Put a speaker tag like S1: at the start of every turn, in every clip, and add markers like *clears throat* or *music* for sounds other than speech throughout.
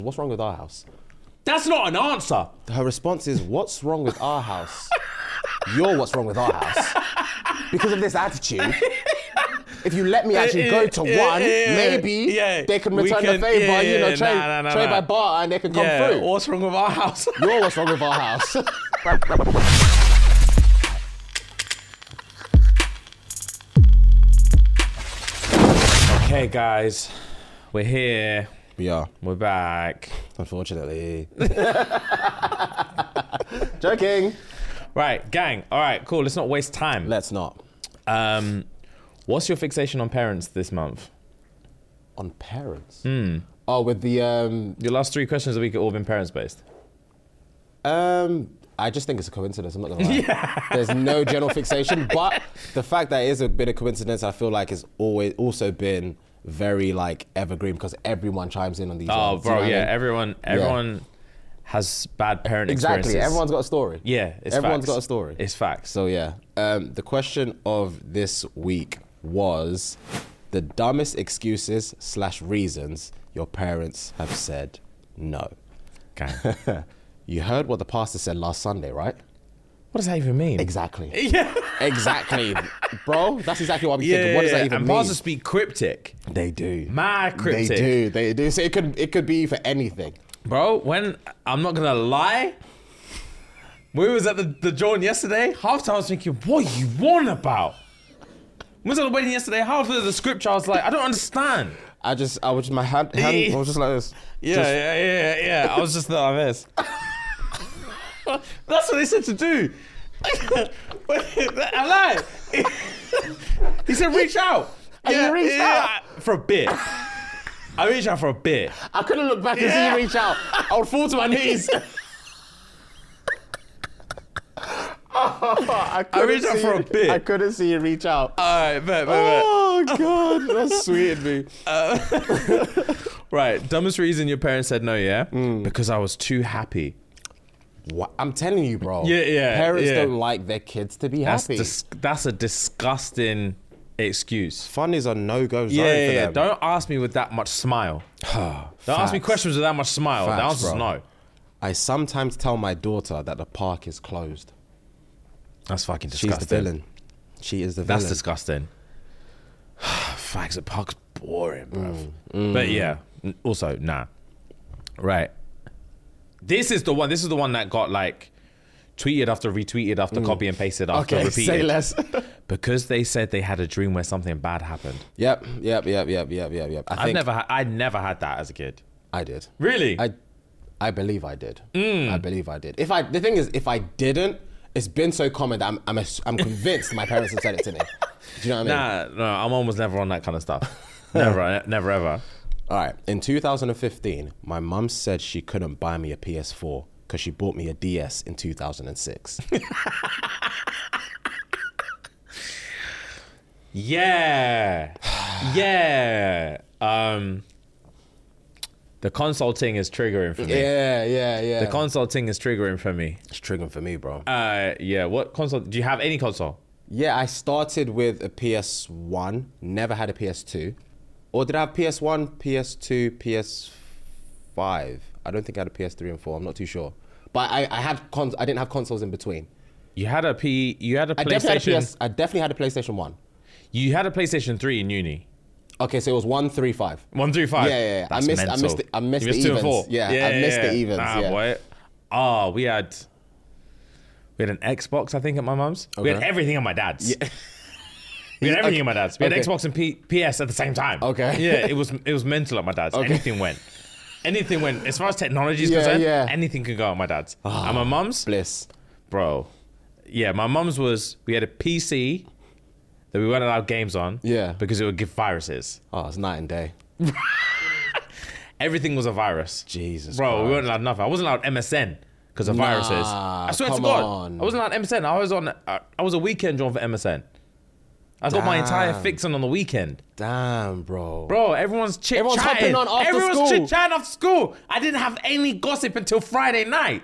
S1: What's wrong with our house?
S2: That's not an answer.
S1: Her response is, What's wrong with our house? You're what's wrong with our house. Because of this attitude. If you
S2: Uh,
S1: let me actually go to
S2: yeah,
S1: one,
S2: yeah, yeah,
S1: maybe
S2: uh, yeah.
S1: they can
S2: We
S1: return
S2: can-
S1: the favor,
S2: yeah,
S1: you know,
S2: yeah,
S1: trade,
S2: nah, nah, nah,
S1: trade by
S2: nah.
S1: bar and they can come
S2: Yeah,
S1: through.
S2: what's wrong with our house? *laughs*
S1: You're what's wrong with our house.
S2: okay, guys, we're here.
S1: we are,
S2: We're back.
S1: unfortunately. *laughs* Joking.
S2: Right, gang. All right, cool. Let's not waste time.
S1: Let's not.
S2: Um, what's your fixation on parents this month?
S1: On parents.
S2: Hmm.
S1: Oh, with the um,
S2: Your last three questions of the week have all been parents based.
S1: Um, I just think it's a coincidence. I'm not
S2: *laughs*
S1: gonna lie. There's no general fixation, but the fact that it is a bit of coincidence, I feel like has always also been very like evergreen because everyone chimes in on these.
S2: Oh,
S1: ones, you know
S2: bro,
S1: what I
S2: yeah.
S1: mean?
S2: Everyone, everyone has bad parent
S1: exactly.
S2: experiences.
S1: Everyone's got a story.
S2: Yeah, it's
S1: everyone's
S2: facts.
S1: got a story.
S2: It's facts.
S1: So yeah, um, the question of this week was the dumbest excuses slash reasons your parents have said no.
S2: gang.
S1: You heard what the pastor said last Sunday, right?
S2: what does that even mean?
S1: Exactly.
S2: *laughs* Yeah.
S1: Exactly, bro. That's exactly what I'm
S2: Yeah,
S1: thinking. What does
S2: yeah,
S1: that even
S2: and
S1: mean?
S2: pastors speak cryptic.
S1: They do. They
S2: Mad cryptic.
S1: do. They do. So it could it could be for anything.
S2: Bro, when I'm not gonna lie, we was at the, the joint yesterday, half time I was thinking, what you on about? We was at the wedding yesterday, half of the scripture I was like, I don't understand.
S1: I just I was just, my hand, hand I was just like this.
S2: Yeah,
S1: Just-
S2: yeah, yeah, yeah, yeah. I was just like "Oh, this. That's what they said to do. *laughs* I lied. he said reach out.
S1: And you reached
S2: out for a bit. I reached out for a bit.
S1: I couldn't look back and see
S2: Yeah.
S1: you reach
S2: *laughs*
S1: out. Oh, I would fall to my knees. I, couldn't
S2: reached out
S1: see
S2: for
S1: you-
S2: a bit.
S1: I couldn't see you reach
S2: *laughs*
S1: out.
S2: All right, bet, bet, bet.
S1: oh *laughs* god, that's sweet of me.
S2: Right, dumbest reason your parents said no, yeah?
S1: Mm.
S2: Because I was too happy.
S1: What? I'm telling you, bro.
S2: Yeah, yeah,
S1: Parents
S2: yeah.
S1: don't like their kids to be
S2: That's
S1: happy.
S2: dis- that's a disgusting excuse.
S1: Fun is a no-go zone
S2: Yeah,
S1: for
S2: yeah,
S1: *sighs*
S2: yeah.
S1: them.
S2: Don't ask me with that much smile. Don't ask me
S1: Facts.
S2: questions with that much smile. the
S1: Facts,
S2: answer's
S1: bro.
S2: no.
S1: I sometimes tell my daughter that the park is closed.
S2: That's fucking
S1: She's
S2: disgusting.
S1: the villain. She is the
S2: That's
S1: villain.
S2: disgusting. *sighs* Fags at park's boring, bro.
S1: Mm.
S2: But yeah, n- also nah. Right. This is the one. This is the one that got like tweeted after retweeted after copy and pasted after
S1: Mm. okay, *laughs*
S2: repeated.
S1: say less.
S2: because they said they had a dream where something bad happened.
S1: yep, yep, yep, yep, yep, yep, yep. I
S2: I've
S1: think
S2: never had I never had that as a kid.
S1: I did.
S2: Really? Mm.
S1: I, I believe I did. I believe I did. If I, the thing is, if I didn't, it's been so common that I'm, I'm, ass- I'm convinced my parents have said it to me. Do you know what I mean?
S2: nah, no, my mom was never on that kind of *laughs* stuff. never, eh, never ever.
S1: All right. In 2015, my mum said she couldn't buy me a PS4 because she bought me a DS in
S2: *laughs*
S1: 2006.
S2: Yeah. *sighs* yeah. Um the consulting is triggering for me.
S1: yeah, yeah, yeah.
S2: The consulting is triggering for me.
S1: it's triggering for me, bro.
S2: Uh yeah, what console do you have any console?
S1: Yeah, I started with a PS1, never had a PS2. Or did I have PS1, PS2, PS5? I don't think I had a PS3 and 4, I'm not too sure. But I, I had cons- I didn't have consoles in between.
S2: You had a P you had a
S1: I definitely,
S2: PlayStation
S1: had a PS- I definitely had a PlayStation 1.
S2: you had a PlayStation 3 in uni.
S1: Okay, so it was 1, 3, 5.
S2: One through five.
S1: Yeah, yeah, yeah. I
S2: That's
S1: missed- I
S2: mental.
S1: missed the- I missed
S2: You
S1: the
S2: two and
S1: evens.
S2: four.
S1: Yeah, I missed the evens,
S2: Nah,
S1: yeah.
S2: boy. Oh, we had we had an Xbox, I think, at my mum's. We had
S1: Okay.
S2: everything at my dad's. *laughs* We had everything at my dad's. We had
S1: Okay.
S2: Xbox and P- PS at the same time.
S1: Okay.
S2: *laughs* Yeah, it was it was mental at my dad's. Anything went. Anything went. As far as technology is
S1: Yeah,
S2: concerned,
S1: yeah. Ah.
S2: anything could go at my dad's. and my mum's,
S1: Bliss.
S2: bro. Yeah, my mum's was we had a PC that we weren't allowed games on.
S1: Yeah.
S2: Because it would give viruses.
S1: Oh, it's night and day.
S2: Everything was a virus.
S1: Jesus
S2: Bro, we
S1: Christ.
S2: weren't allowed nothing. I wasn't allowed MSN because of
S1: Nah,
S2: viruses. I swear to
S1: come
S2: God.
S1: on.
S2: I wasn't allowed MSN. I was on, I, I was a weekend drawn for MSN. I got my entire
S1: Damn.
S2: fixing on the weekend.
S1: Damn, bro.
S2: Bro, everyone's chit
S1: Everyone's hopping on after
S2: Everyone's
S1: school.
S2: chit-chatting after school. I didn't have any gossip until Friday night.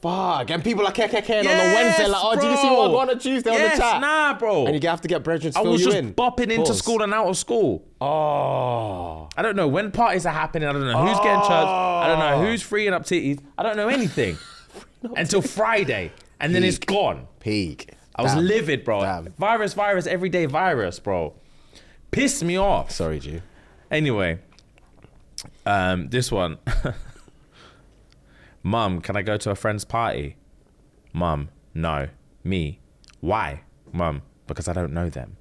S1: Fuck. And people are KKKing on the Wednesday, like, oh, did you see
S2: bro.
S1: what on a Tuesday
S2: Yes,
S1: on the chat?
S2: Nah, bro.
S1: And you have to get brethren to
S2: I
S1: fill
S2: was
S1: you
S2: just
S1: in.
S2: bopping into
S1: Pause.
S2: school and out of school.
S1: Oh.
S2: I don't know when parties are happening. I don't know who's getting church. I don't
S1: Oh.
S2: know who's freeing up titties. I don't know
S1: *laughs*
S2: anything until Friday, and then it's gone.
S1: Peak.
S2: I was
S1: Damn.
S2: livid, bro.
S1: Damn.
S2: Virus, virus, everyday virus, bro. Pissed me off.
S1: Sorry, G.
S2: Anyway, um, this one. *laughs* Mum, can I go to a friend's party? Mum, no. Me, why? Mum, because I don't
S1: *sighs*
S2: know them.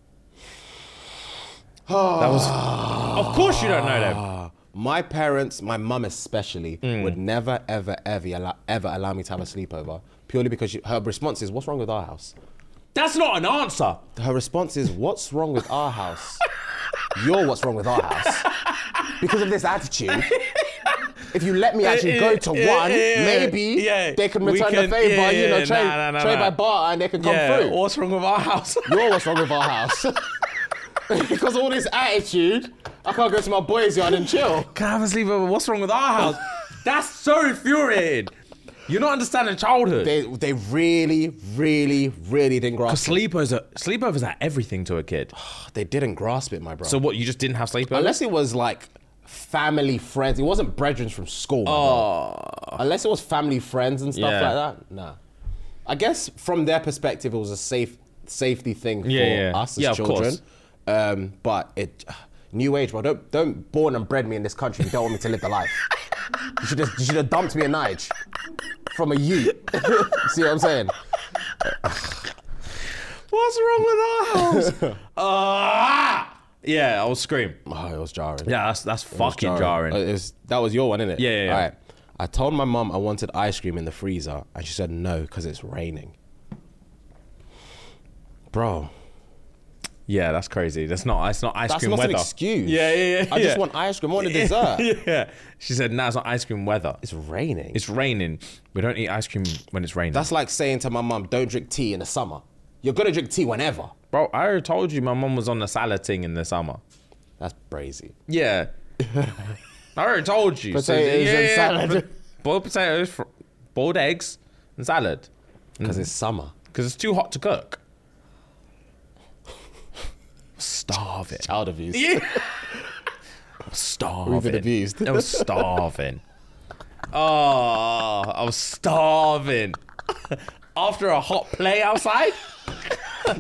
S2: that was. Of course you don't know them.
S1: My parents, my mum especially,
S2: Mm.
S1: would never, ever, ever, allow- ever allow me to have a sleepover purely because she, her response is, "What's wrong with our house?"
S2: That's not an answer.
S1: Her response is, "What's wrong with our house? You're what's wrong with our house." Because of this
S2: *laughs*
S1: attitude, if you let me
S2: Eh,
S1: actually go to
S2: Yeah,
S1: one,
S2: yeah, yeah.
S1: maybe
S2: eh, Yeah.
S1: they can
S2: We
S1: return
S2: can-
S1: the favor.
S2: yeah,
S1: you know,
S2: yeah.
S1: trade,
S2: Nah, nah, nah,
S1: trade by
S2: nah.
S1: bar, and they can come
S2: yeah,
S1: through.
S2: what's wrong with our house?
S1: You're what's wrong with our house. *laughs* because all this attitude, I can't go to my boys' yard and chill.
S2: *laughs* can I have a sleepover? What's wrong
S1: *laughs*
S2: with our house? That's so infuriating. You're not understanding childhood.
S1: They, they really, really, really didn't grasp it.
S2: sleepovers are sleepovers are everything to a kid.
S1: They didn't grasp it, my bro.
S2: So what? You just didn't have sleepovers?
S1: unless it was like family friends, it wasn't brethren from school. Oh. Unless it was family friends and stuff
S2: Yeah.
S1: like that. Nah. I guess from their perspective, it was a safe safety thing for
S2: Yeah, yeah.
S1: us as
S2: Yeah, of
S1: children.
S2: course.
S1: Um, but it, new age, bro. Don't don't born and bred me in this country. You don't want me to live the life. You should have, you should have dumped me a Nige from a youth. *laughs* See what I'm
S2: *laughs*
S1: saying?
S2: What's wrong
S1: *laughs*
S2: with our house? Ah! yeah, I'll scream.
S1: Oh, it was jarring.
S2: Yeah, that's that's fucking jarring.
S1: Uh, it was- that was your one, innit?
S2: Yeah, yeah, yeah.
S1: All right. I told my mum I wanted ice cream in the freezer, and she said no because it's raining. Bro,
S2: Yeah, that's crazy. That's not it's not ice
S1: that's
S2: cream
S1: not
S2: weather.
S1: an excuse.
S2: Yeah, yeah, yeah.
S1: I just
S2: *laughs* yeah.
S1: want ice cream. I want a dessert.
S2: yeah. She said, "No, it's not ice cream weather. It's,
S1: It's raining.
S2: raining. We don't eat ice cream when it's raining."
S1: that's like saying to my mum, "Don't drink tea in the summer. You're gonna drink tea whenever."
S2: bro. I already told you my mum was on the salad thing in the summer.
S1: That's brazy.
S2: Yeah. *laughs* I already told you.
S1: Potatoes and salad.
S2: *laughs* Boiled potatoes, fr- boiled eggs, and salad.
S1: Because it's summer.
S2: Because it's too hot to cook. Starving.
S1: Child abuse.
S2: starving.
S1: We've been abused.
S2: I
S1: *laughs*
S2: was starving. oh, I was starving. After a hot play outside,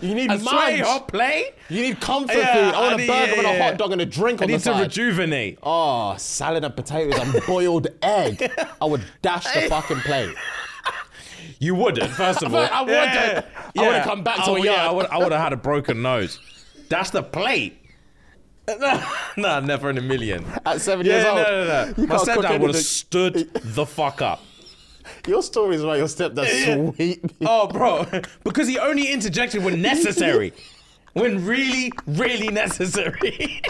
S1: You need
S2: a sweaty
S1: munch.
S2: hot play.
S1: You need comfort
S2: Yeah,
S1: food. I
S2: I
S1: want a
S2: need-
S1: burger
S2: yeah,
S1: and a
S2: yeah.
S1: hot dog and a drink
S2: I
S1: on the
S2: need to
S1: side.
S2: rejuvenate.
S1: Oh, salad and potatoes and
S2: *laughs*
S1: boiled egg. I would dash the fucking plate.
S2: You wouldn't, first of all.
S1: *laughs* I wouldn't. I would've come back to
S2: I,
S1: a
S2: would- yeah,
S1: yard.
S2: I would, I would have had a broken nose. That's the plate. *laughs* nah, never in a million.
S1: At seven
S2: Yeah,
S1: years old.
S2: no, no, no.
S1: you
S2: My
S1: can't cook
S2: stepdad would have
S1: anything.
S2: stood the fuck up.
S1: *laughs* Your stories about your stepdad
S2: *laughs*
S1: sweet. me.
S2: Oh, bro, because he only interjected
S1: *laughs*
S2: when necessary, when really, really necessary.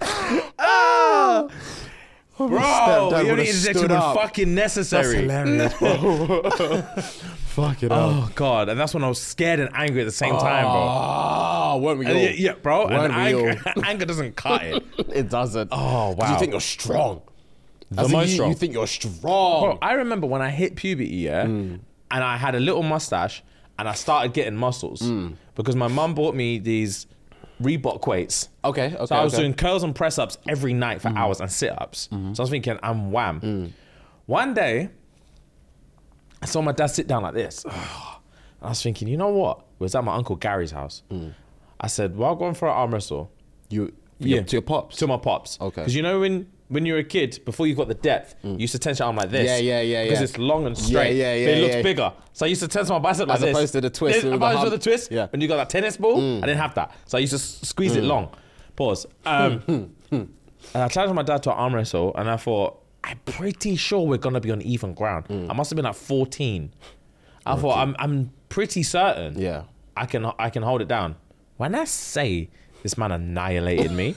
S2: *laughs* Ah. Bro,
S1: stepdad
S2: Oh, he
S1: would've
S2: only interjected
S1: stood
S2: when
S1: up.
S2: fucking necessary.
S1: Fuck it
S2: Oh *laughs* god, and that's when I was scared and angry at the
S1: Ah,
S2: same time, bro.
S1: Oh, weren't we all?
S2: And yeah, yeah, bro. And
S1: Weren't we
S2: anger, *laughs* anger doesn't cut
S1: *laughs*
S2: it.
S1: all? *laughs* It doesn't. Oh,
S2: wow.
S1: you think you're strong. As in
S2: most
S1: you,
S2: strong.
S1: You think you're strong.
S2: Bro, I remember when I hit puberty, yeah, and I had a little mustache and I started getting muscles because my mum bought me these Reebok weights.
S1: Okay, okay,
S2: So I was
S1: okay.
S2: doing curls and press ups every night for hours and sit ups. So I was thinking, I'm wham. One day, I saw my dad sit down like this. *sighs* And I was thinking, you know what? We was at my uncle Gary's house. I said, while going for an arm wrestle,
S1: you,
S2: Yeah.
S1: yeah. to your pops.
S2: to my pops.
S1: Okay. Mm.
S2: Because you know when when you were a kid, before you got the depth, you used to tense your arm like this.
S1: Yeah, yeah, yeah,
S2: Because
S1: yeah.
S2: it's long and
S1: Yeah,
S2: straight.
S1: yeah,
S2: But it
S1: yeah,
S2: looks
S1: yeah.
S2: bigger. So I used to tense my bicep like
S1: As
S2: this.
S1: opposed to the twist
S2: Then,
S1: with the
S2: opposed to
S1: hump.
S2: the twist.
S1: Yeah. Mm.
S2: When you got that tennis ball, I didn't have that. So I used to s- squeeze it long. Pause.
S1: *laughs*
S2: Um,
S1: Hmm.
S2: and I challenged my dad to an arm wrestle, and I thought, I'm pretty sure we're gonna be on even ground.
S1: Mm.
S2: I must have been like 14. I thought, I'm, I'm pretty certain.
S1: Yeah.
S2: I can I can hold it down. When I say this man annihilated me,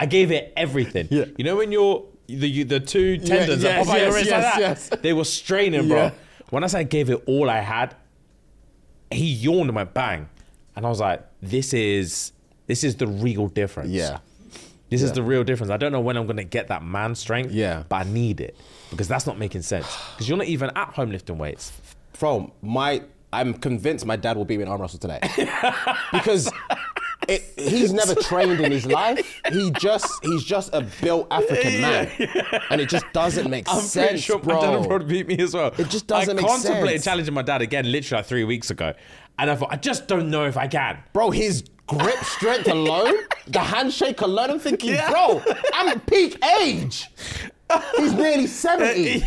S2: I gave it everything.
S1: Yeah.
S2: You know when you're the you, the two tendons that
S1: yes,
S2: pop out your
S1: yes,
S2: wrist
S1: yes,
S2: like that,
S1: yes.
S2: they were straining, bro.
S1: Yeah.
S2: When I said I gave it all I had, he yawned and went bang, and I was like, "This is this is the real difference."
S1: Yeah.
S2: This is the real difference. I don't know when I'm gonna get that man strength.
S1: Yeah.
S2: But I need it because that's not making sense. Because you're not even at home lifting weights.
S1: From my, I'm convinced my dad will beat me in arm wrestle
S2: *laughs*
S1: today because it, he's never trained in his life. He just, he's just a built African man, and it just doesn't make
S2: I'm pretty
S1: sense,
S2: sure
S1: bro.
S2: my dad would probably beat me as well.
S1: It just doesn't
S2: I
S1: make
S2: contemplated
S1: sense.
S2: challenging my dad again literally like three weeks ago. And I thought, I just don't know if I can.
S1: Bro, his grip strength alone, the handshake alone, I'm thinking, bro, I'm at peak age. He's
S2: *laughs* Uh,
S1: nearly 70.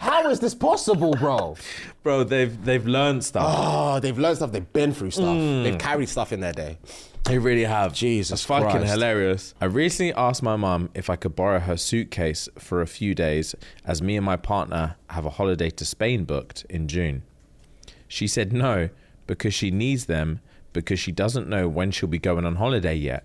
S1: How is this possible, bro?
S2: Bro, they've they've learned stuff.
S1: Oh, they've learned stuff, they've been through stuff, they've carried stuff in their day.
S2: Mm. they really have.
S1: Jesus
S2: That's fucking
S1: Christ.
S2: hilarious. I recently asked my mum if I could borrow her suitcase for a few days as me and my partner have a holiday to Spain booked in June. She said no because she needs them because she doesn't know when she'll be going on holiday yet.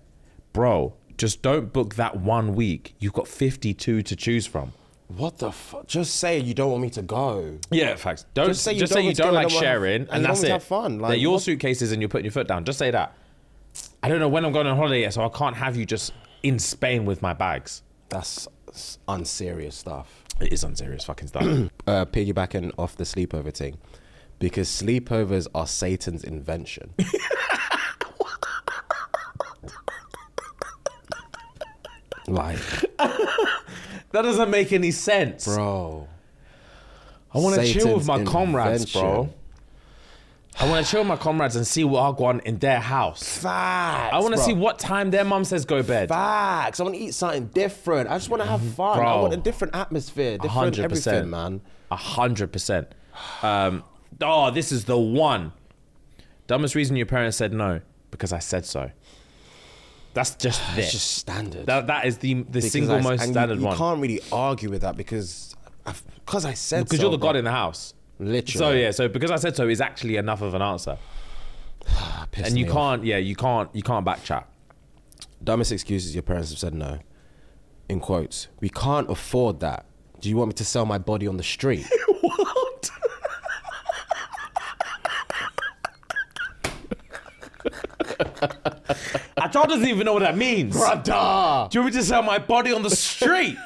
S2: Bro, just don't book that one week. You've got 52 to choose from.
S1: What the fuck? Just say you don't want me to go.
S2: Yeah, facts. Don't
S1: Just
S2: just
S1: say
S2: say
S1: you
S2: just
S1: don't
S2: say you
S1: want to
S2: don't
S1: go,
S2: like
S1: don't wanna-
S2: sharing,
S1: and
S2: and
S1: you
S2: that's
S1: don't
S2: it.
S1: want to have fun, like,
S2: They're your
S1: what-
S2: suitcases, and you're putting your foot down. Just say that. I don't know when I'm going on holiday yet, so I can't have you just in Spain with my bags.
S1: That's s- unserious stuff.
S2: It is unserious
S1: *clears throat*
S2: fucking stuff.
S1: Uh, piggybacking off the sleepover thing, because sleepovers are Satan's invention. *laughs* like,
S2: that doesn't make any sense.
S1: bro.
S2: I want to chill with
S1: Satan's
S2: my comrades, bro.
S1: invention.
S2: I want to chill with my comrades and see what I go on in their house.
S1: Facts.
S2: I want to
S1: bro.
S2: see what time their mum says go bed.
S1: Facts. I want to eat something different. I just want to have fun. I
S2: Mm-hmm. Bro.
S1: want a different atmosphere,
S2: A
S1: different
S2: hundred
S1: everything,
S2: percent,
S1: man.
S2: A hundred percent. Um, oh, this is the one. Dumbest reason your parents said no because I said so. That's
S1: *sighs*
S2: just this.
S1: It's just standard.
S2: that, that is the the
S1: Because
S2: single
S1: I-
S2: most
S1: and you-
S2: standard
S1: you,
S2: one.
S1: can't really argue with that because, because I said
S2: Because
S1: so,
S2: you're the
S1: bro.
S2: god in the house.
S1: Literally.
S2: So yeah, so because I said so is actually enough of an answer,
S1: That pissed
S2: and you
S1: me off.
S2: can't. Yeah, you can't. You can't backchat.
S1: dumbest excuses your parents have said no. In quotes, we can't afford that. Do you want me to sell my body on the
S2: *laughs*
S1: street?
S2: What? I doesn't even know what that means.
S1: Brother!
S2: Do you want me to sell my body on
S1: *laughs*
S2: the street?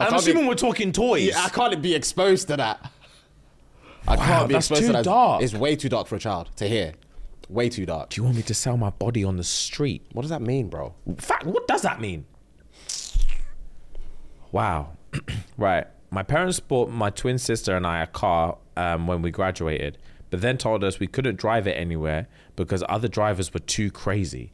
S2: I'm
S1: can't
S2: assuming
S1: be-
S2: we're talking toys.
S1: Yeah, I can't be exposed to that. I can't be
S2: that's
S1: exposed
S2: too
S1: to that.
S2: dark.
S1: It's way too dark for a child to hear. Way too dark.
S2: Do you want me to sell my body on the street?
S1: What does that mean, bro?
S2: Fact, what does that mean? Wow. right. My parents bought my twin sister and I a car um, when we graduated, but then told us we couldn't drive it anywhere because other drivers were too crazy.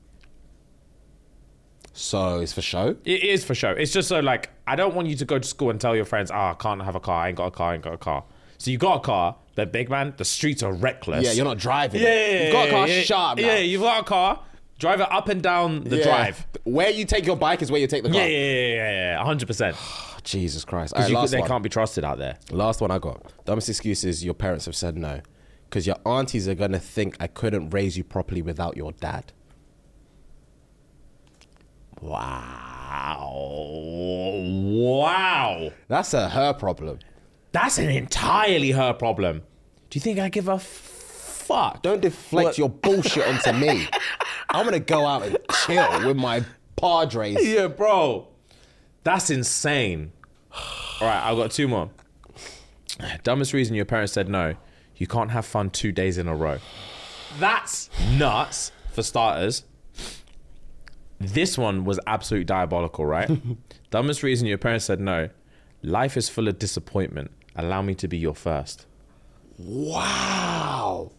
S1: So it's for show?
S2: It is for sure. It's just so like I don't want you to go to school and tell your friends, "Ah, I can't have a car. I ain't got a car. I ain't got a car." So you got a car, but big man, the streets are reckless.
S1: Yeah, you're not driving. it.
S2: Yeah, yeah, yeah,
S1: You've got a
S2: yeah,
S1: car
S2: yeah,
S1: sharp now.
S2: Yeah, you've got a car. Drive it up and down the
S1: Yeah.
S2: drive.
S1: Where you take your bike is where you take the car. Oh,
S2: Yeah, yeah, yeah, yeah, yeah, hundred percent.
S1: Jesus Christ. All right,
S2: Because
S1: last
S2: they
S1: one.
S2: can't be trusted out there.
S1: Last one I got. Dumbest excuses your parents have said no. Because your aunties are going to think I couldn't raise you properly without your dad.
S2: Wow, wow,
S1: That's a her problem.
S2: that's an entirely her problem. Do you think I give a fuck?
S1: Don't deflect
S2: What?
S1: your bullshit onto
S2: *laughs*
S1: me. I'm going to go out and chill with my Padres.
S2: Yeah, bro. That's insane. All right, I've got two more. Dumbest reason your parents said no. You can't have fun two days in a row. That's nuts, for starters. This one was absolutely diabolical, *laughs* right? Dumbest reason your parents said no. Life is full of disappointment. Allow me to be your first.
S1: Wow.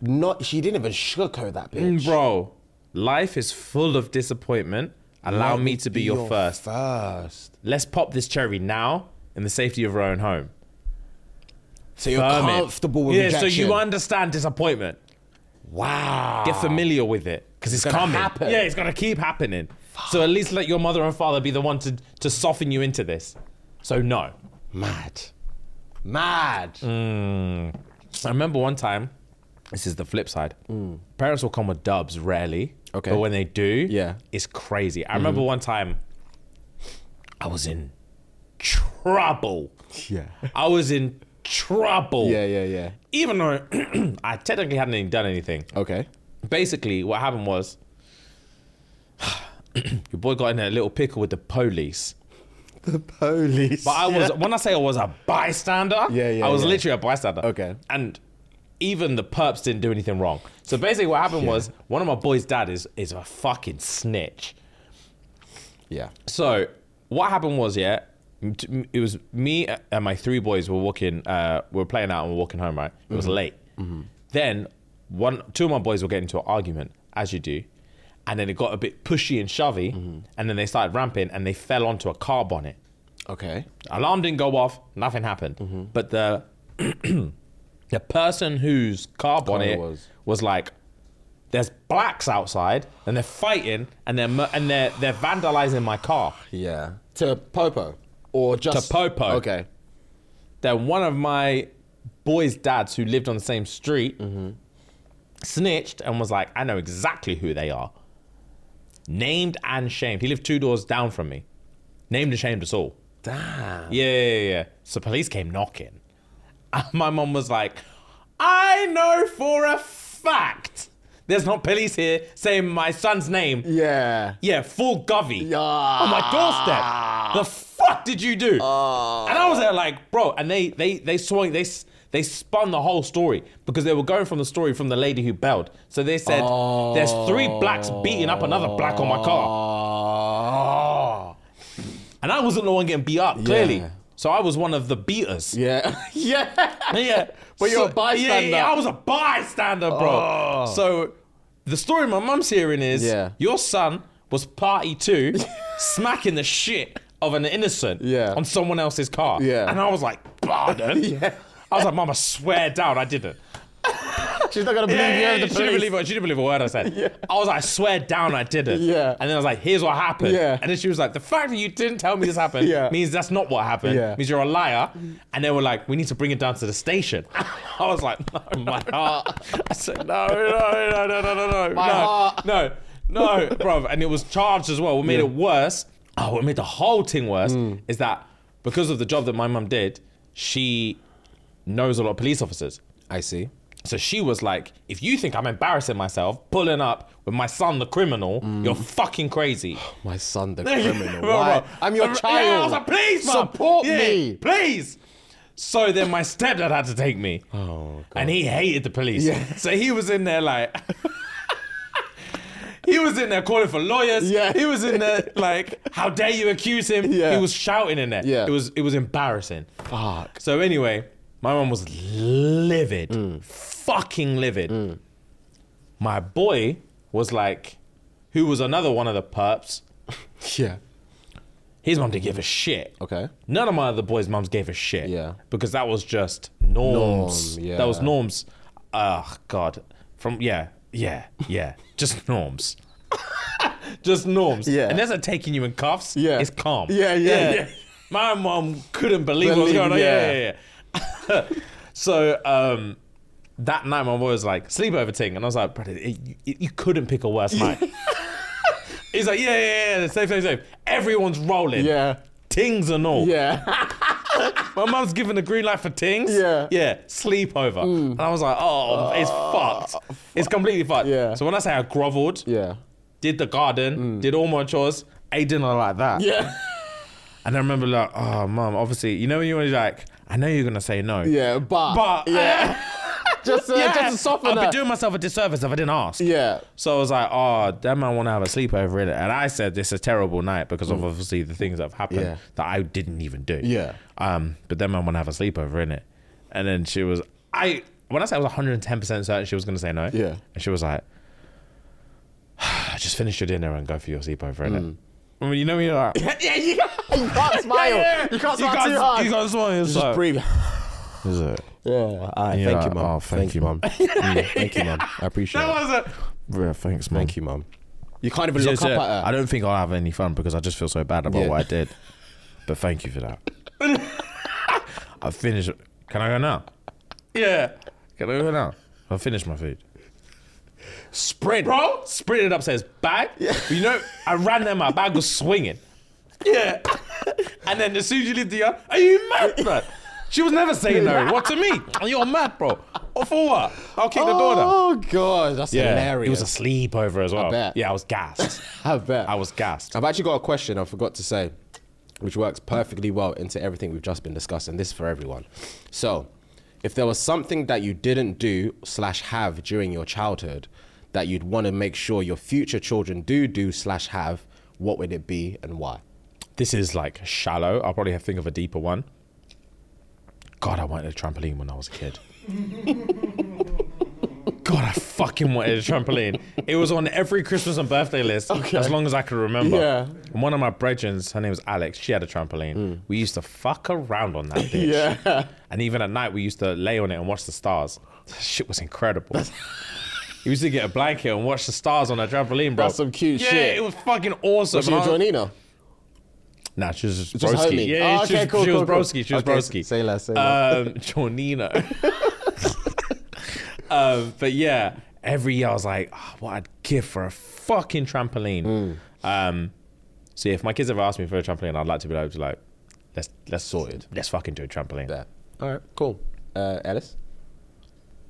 S1: Not, she didn't even sugarcoat that bitch.
S2: Mm, Bro, life is full of disappointment. Allow me to be your first.
S1: First.
S2: Let's pop this cherry now in the safety of our own home.
S1: So you're
S2: Firm it.
S1: comfortable with
S2: yeah,
S1: rejection.
S2: so you understand disappointment.
S1: Wow.
S2: Get familiar with it because it's,
S1: gonna
S2: coming.
S1: happen.
S2: Yeah, it's gonna keep happening. So at least let your mother and father be the one to to soften you into this. So no,
S1: Mad. Mad.
S2: I remember one time This is the flip side. Parents will come with dubs rarely.
S1: Mm. Okay.
S2: But when they do,
S1: Yeah. Mm-hmm.
S2: it's crazy. I remember one time I was in trouble.
S1: Yeah.
S2: I was in trouble.
S1: Yeah, yeah, yeah.
S2: Even though *clears throat* I technically hadn't done anything
S1: Okay.
S2: basically what happened was *sighs* your boy got in a little pickle with the police.
S1: The police.
S2: But I was when I say I was a bystander,
S1: Yeah, yeah,
S2: I was
S1: yeah.
S2: literally a bystander.
S1: Okay.
S2: And even the perps didn't do anything wrong. So basically what happened was one of my boy's dad is is a fucking snitch.
S1: yeah.
S2: So what happened was, yeah, it was me and my three boys were walking, uh, we were playing out and we were walking home, right? It was late. Then one, two of my boys were getting into an argument, as you do, and then it got a bit pushy and shovey, and then they started ramping and they fell onto a car bonnet.
S1: Okay.
S2: Alarm didn't go off, nothing happened. But the *clears throat* the person whose car bonnet
S1: was-
S2: was. like, "There's blacks outside, and they're fighting, and they're mur- and they're they're vandalizing my car."
S1: Yeah. To Popo or just
S2: Popo.
S1: Okay.
S2: then one of my boys' dads who lived on the same street snitched and was like, I know exactly who they are. Named and shamed. He lived two doors down from me. Named and shamed us all.
S1: Damn.
S2: Yeah, yeah, yeah, yeah. So police came knocking. *laughs* And my mom was like, I know for a fact there's not police here saying my son's name.
S1: Yeah.
S2: Yeah, full govy.
S1: Yeah.
S2: On my doorstep. The fuck did you do? And I was there like, bro, and they they they swung they s- they spun the whole story because they were going from the story from the lady who bailed. So they said, "There's three blacks beating up another black on my car,"
S1: Oh.
S2: and I wasn't the one getting beat up clearly.
S1: Yeah.
S2: So I was one of the beaters.
S1: Yeah. *laughs* yeah.
S2: Yeah.
S1: But you're a
S2: So- yeah,
S1: bystander. Oh.
S2: Yeah, I was a bystander, bro. So the story my mum's hearing is
S1: Yeah.
S2: your son was party two, *laughs* smacking the shit of an innocent
S1: Yeah.
S2: on someone else's car.
S1: Yeah.
S2: And I was like, pardon?
S1: *laughs* Yeah.
S2: I was like, Mum, I swear down I didn't.
S1: She's not gonna believe you.
S2: Yeah,
S1: over the
S2: she didn't
S1: police.
S2: believe it. She didn't believe a word I said. I was like, I swear down I didn't.
S1: Yeah.
S2: And then I was like, here's what happened.
S1: Yeah.
S2: And then she was like, the fact that you didn't tell me this happened
S1: *laughs* Yeah.
S2: means that's not what happened.
S1: Yeah.
S2: Means you're a liar. And they were like, we need to bring it down to the station. *laughs* I was like, no, my heart. I said, no, no, no, no, no, no, no.
S1: My
S2: no,
S1: heart.
S2: No, no, bruv. And it was charged as well. What made it worse, oh, what made the whole thing worse
S1: Mm.
S2: is that because of the job that my mum did, she knows a lot of police officers.
S1: I see.
S2: So she was like, if you think I'm embarrassing myself pulling up with my son, the criminal, you're fucking
S1: *sighs*
S2: crazy. *laughs*
S1: My son, the Mm. criminal.
S2: Bro,
S1: Why?
S2: bro.
S1: I'm your
S2: Yeah,
S1: child.
S2: I was like, please, mum.
S1: Support
S2: Yeah,
S1: me.
S2: Please. So then my stepdad had to take me. Oh, And he hated the police.
S1: Yeah.
S2: So he was in there like. *laughs* He was in there calling for lawyers.
S1: Yeah.
S2: He was in there like, how dare you accuse
S1: *laughs*
S2: him?
S1: Yeah.
S2: He was shouting in there.
S1: Yeah.
S2: It was it was embarrassing.
S1: Fuck.
S2: So anyway, my mum was livid, fucking livid. My boy was like, who was another one of the perps.
S1: Yeah.
S2: His mum didn't give a shit.
S1: Okay.
S2: None of my other boys' mums gave a shit.
S1: Yeah.
S2: Because that was just norms.
S1: Norm, yeah.
S2: That was norms. Ugh, God. From yeah, yeah, yeah. just norms. *laughs* just norms.
S1: Yeah.
S2: Unless they're taking you in cuffs,
S1: Yeah.
S2: it's calm.
S1: Yeah, yeah, yeah.
S2: My mom couldn't believe, what was
S1: Believe,
S2: going on. Yeah,
S1: yeah.
S2: yeah, yeah. *laughs* so um that night my mom was like, sleepover thing. And I was like, brother, it, you, you couldn't pick a worse
S1: *laughs*
S2: night. He's like, yeah, yeah, yeah, safe, safe, safe. Everyone's rolling.
S1: Yeah.
S2: Tings and all.
S1: Yeah.
S2: My mum's given the green light for tings.
S1: Yeah. Mm. Ah,
S2: Yeah. Sleepover. And I was like, oh, it's fucked. It's completely fucked.
S1: Yeah.
S2: So when I say I grovelled,
S1: yeah. Mm.
S2: did the garden, did all my chores, ate dinner like
S1: *laughs*
S2: that.
S1: Yeah.
S2: And I remember like, oh, mum, obviously, you know when you're like, I know you're going to say no.
S1: Yeah. But. *laughs*
S2: But,
S1: Yeah.
S2: *laughs*
S1: just, uh,
S2: Yeah,
S1: just to soften
S2: I'd
S1: her.
S2: be doing myself a disservice if I didn't ask.
S1: Yeah.
S2: So I was like, oh, that man want to have a sleepover in it. And I said, this is a terrible night because of obviously the things that have happened
S1: Yeah.
S2: that I didn't even do.
S1: Yeah.
S2: Um, but that man want to have a sleepover in it. And then she was, I, when I said I was 110% certain she was going to say no.
S1: Yeah.
S2: And she was like, just finish your dinner and go for your sleepover in it. I mean, you know, when you're like, you
S1: *laughs* *laughs* Yeah, you can't, you can't smile. You can't smile too hard.
S2: You can't smile. It's like,
S1: breathe.
S2: is it?
S1: *laughs* Yeah. All right,
S2: Yeah,
S1: thank you, mum.
S2: oh, thank you,
S1: *laughs* mum. Mm, thank you, mum. I appreciate
S2: That
S1: it.
S2: was a, Yeah, thanks, man.
S1: Thank you, mum. You can't even
S2: She
S1: look up
S2: said,
S1: at her.
S2: I don't think I'll have any fun because I just feel so bad about
S1: Yeah.
S2: what I did. But thank you for
S1: *laughs*
S2: that. I finished. Can I go now? Yeah. Can I go now?
S3: I finished my food.
S2: Sprint. Bro. Sprinted upstairs. Bag. You know, I ran there, my bag was swinging. Yeah. and then as soon as you leave the yard, are you mad, bro? She was never saying no. What to me?
S1: *laughs*
S2: You're mad, bro. Or for what? I'll kick the door down.
S1: Oh god, that's hilarious.
S2: It was a sleepover as well.
S1: bet.
S2: Yeah, I
S1: *laughs*
S2: was gassed.
S1: I bet.
S2: I was gassed.
S1: I've actually got a question I forgot to say, which works perfectly well into everything we've just been discussing. This is for everyone. So, if there was something that you didn't do slash have during your childhood that you'd want to make sure your future children do do slash have, what would it be and why?
S2: This is like shallow. I'll probably have to think of a deeper one. God, I wanted a trampoline when I was a
S1: *laughs*
S2: kid. God, I fucking wanted a trampoline. It was on every Christmas and birthday list as long as I could remember.
S1: Yeah. Hmm.
S2: And one of my brethren, her name was Alex, she had a trampoline. We used to fuck around on
S1: *laughs*
S2: that bitch.
S1: Yeah.
S2: *laughs* And even at night, we used to lay on it and watch the stars. That shit was incredible. we used to get a blanket and watch the stars on a trampoline, bro.
S1: That's some cute
S2: yeah,
S1: shit.
S2: it was fucking awesome.
S1: So
S2: And
S1: you're
S2: I-
S1: Joanina?
S2: Nah, she was just
S1: Just
S2: broski.
S1: homie.
S2: Yeah,
S1: Oh,
S2: she,
S1: okay,
S2: was,
S1: cool,
S2: she
S1: cool,
S2: was
S1: cool.
S2: broski. She was
S1: Okay,
S2: broski.
S1: say less, say less.
S2: Um, *laughs* Jornino. um, but yeah, every year I was like, "Ah, what I'd give for a fucking trampoline.
S1: Hmm.
S2: Um, so if my kids ever ask me for a trampoline, I'd like to be able to like, let's let's sort it. Let's fucking do a trampoline.
S1: Yeah. All right, cool. Uh, Alice?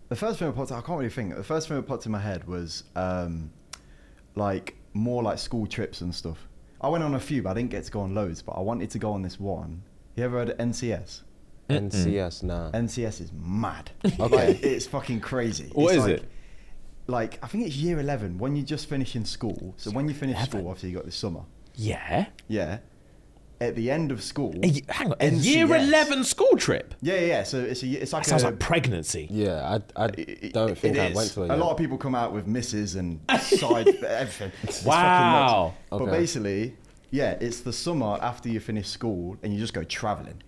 S4: The first thing that popped, I can't really think. The first thing that popped in my head was um, like more like school trips and stuff. I went on a few, but I didn't get to go on loads. But I wanted to go on this one. You ever heard of NCS?
S1: NCS, nah.
S4: NCS is
S2: *laughs*
S4: mad.
S1: Okay.
S4: Like, it's fucking crazy.
S2: What
S4: it's
S2: is
S4: like-
S2: it?
S4: Like I think it's year eleven when you're just finishing school. So when you finish school, after you got the summer,
S2: Yeah.
S4: yeah. At the end of school,
S2: A y- hang on. A year
S4: NCS.
S2: eleven school trip.
S4: yeah, yeah, yeah. So it's a, it's like
S2: That sounds
S4: a,
S2: like pregnancy.
S1: yeah, I, I
S4: it-
S1: don't
S4: it
S1: think I
S4: is.
S1: went to it.
S4: A
S1: yet.
S4: lot of people come out with misses *laughs* and side everything. It's
S2: Wow.
S4: fucking nuts.
S1: Okay.
S4: But basically, yeah, it's the summer after you finish school and you just go traveling.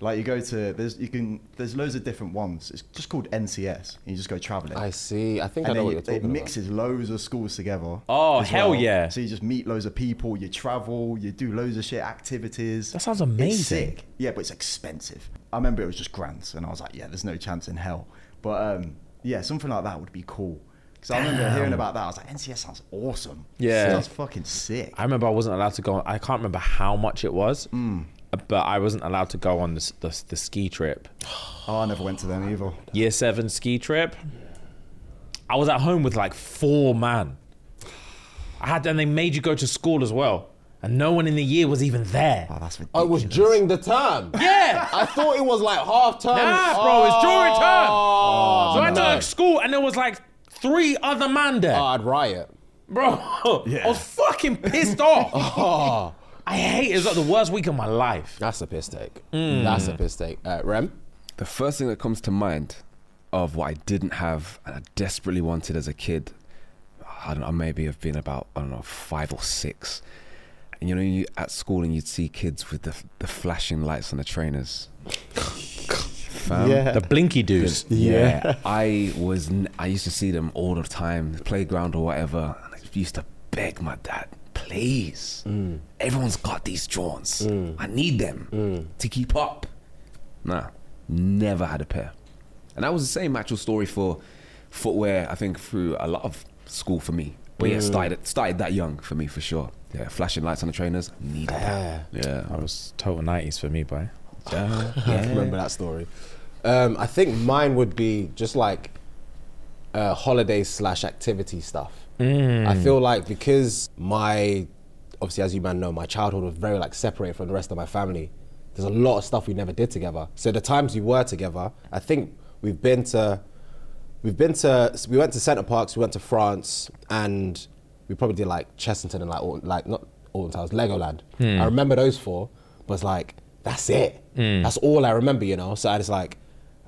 S4: Like you go to there's you can there's loads of different ones. It's just called NCS. And you just go traveling.
S1: I see. I think
S4: And
S1: I know
S4: then
S1: what
S4: you-
S1: you're talking
S4: it
S1: about.
S4: mixes loads of schools together.
S2: Oh,
S4: as
S2: hell
S4: well.
S2: yeah.
S4: So you just meet loads of people, you travel, you do loads of shit activities.
S2: That sounds
S4: It's
S2: amazing.
S4: sick. Yeah, but it's expensive. I remember it was just grants, and I was like, yeah, there's no chance in hell. But um, yeah, something like that would be cool. Because I remember hearing about that, I was like, NCS sounds awesome.
S2: Yeah.
S4: sounds fucking sick.
S2: I remember I wasn't allowed to go. On, I can't remember how much it was,
S1: Hmm.
S2: but I wasn't allowed to go on this, this the ski trip.
S4: Oh, I never went to them either. Oh,
S2: Year seven ski trip. I was at home with like four man. I had, and they made you go to school as well, and no one in the year was even there.
S4: Oh, that's
S1: Oh,
S4: ridiculous.
S1: it was during the term.
S2: Yeah.
S1: *laughs* I thought it was like half term.
S2: Nah, bro, it's during term.
S1: Oh,
S2: so I had to
S1: no.
S2: like school, and there was like three other man there,
S1: Oh, I'd riot.
S2: bro. I was fucking
S1: *laughs*
S2: pissed off.
S1: Oh.
S2: I hate. It was like the worst week of my life.
S1: That's a piss take.
S2: Hmm.
S1: That's a piss take. Uh, Rem?
S5: The first thing that comes to mind of what I didn't have and I desperately wanted as a kid, I don't know, maybe have been about, I don't know, five or six. And you know, you at school and you'd see kids with the, the flashing lights on the trainers. Fam.
S2: The blinky dudes.
S5: Yeah, I was. n- I used to see them all the time, the playground or whatever. And I used to beg my dad, please.
S2: Mm.
S5: Everyone's got these drawings. I need them
S2: Mm.
S5: to keep up. Nah, never had a pair. And that was the same actual story for footwear. I think through a lot of school for me. But
S2: Mm.
S5: yeah, started started that young for me for sure. Yeah, flashing lights on the trainers. Needed that. Yeah.
S2: That was total nineties for me, boy.
S1: I *laughs* remember that story. Um, I think mine would be just like uh, holiday slash activity stuff. I feel like because my, obviously, as you man know, my childhood was very like separated from the rest of my family. There's a lot of stuff we never did together. So the times we were together, I think we've been to, we've been to, we went to Centre Parks, we went to France, and we probably did like Chessington and like, all, like not Alton Towers, Legoland. I remember those four, but it's like, that's it. That's all I remember, you know? So I just like,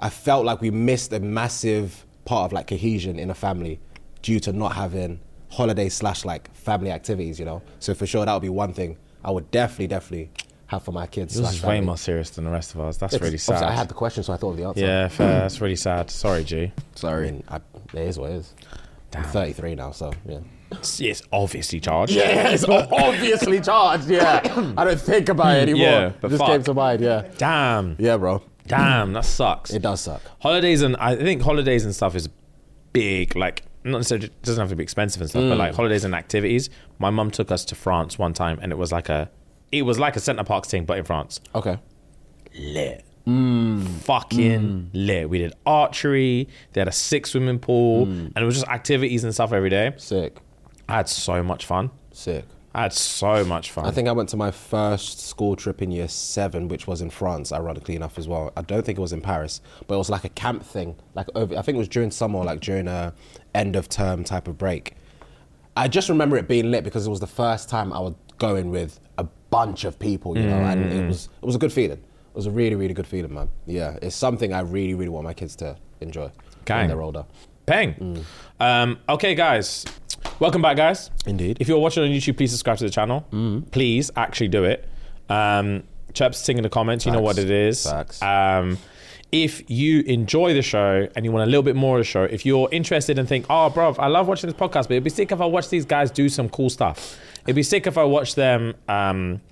S1: I felt like we missed a massive part of like cohesion in a family due to not having holiday slash like family activities, you know. So for sure that would be one thing I would definitely, definitely have for my kids.
S2: This
S1: slash
S2: is way
S1: family.
S2: more serious than the rest of ours. That's
S1: It's-
S2: really
S1: obviously,
S2: sad.
S1: I had the question, so I thought of the answer.
S2: yeah, fair. That's really sad. Sorry, G.
S1: I
S2: Mm.
S5: Sorry.
S1: mean, I, it is what it is. I'm 33 now, so yeah.
S2: It's, it's obviously charged. *laughs* Oh,
S1: it's obviously charged.
S2: *coughs*
S1: Yeah, I don't think about it anymore.
S2: Yeah, but Just fuck. came to
S1: mind. Yeah,
S2: Damn.
S1: yeah, bro.
S2: Damn. That sucks.
S1: It does suck.
S2: Holidays and I think holidays and stuff is big like not necessarily it doesn't have to be expensive and stuff, but like holidays and activities. My mum took us to France one time, and it was like a it was like a Centre Parks thing, but in France
S1: Okay.
S2: lit. Fucking lit. We did archery. They had a six swimming pool, and it was just activities and stuff every day.
S1: Sick.
S2: I had so much fun.
S1: Sick.
S2: I had so much fun.
S1: I think I went to my first school trip in year seven, which was in France, ironically enough, as well. I don't think it was in Paris, but it was like a camp thing. Like over, I think it was during summer, like during a end of term type of break. I just remember it being lit because it was the first time I was going with a bunch of people, you know, and
S2: Mm.
S1: it was it was a good feeling. It was a really really good feeling, man. Yeah, it's something I really really want my kids to enjoy
S2: Gang.
S1: when they're older.
S2: Bang. Um, okay, guys. Welcome back, guys.
S1: Indeed. Mm.
S2: If you're watching on YouTube, please subscribe to the channel. Please actually do it. Um, Chirp's thing in the comments. You know what
S1: Facts.
S2: it is.
S1: Facts.
S2: Um, if you enjoy the show and you want a little bit more of the show, if you're interested and think, oh, bro, I love watching this podcast, but it'd be sick if I watch these guys do some cool stuff. It'd be sick if I watch them. Um,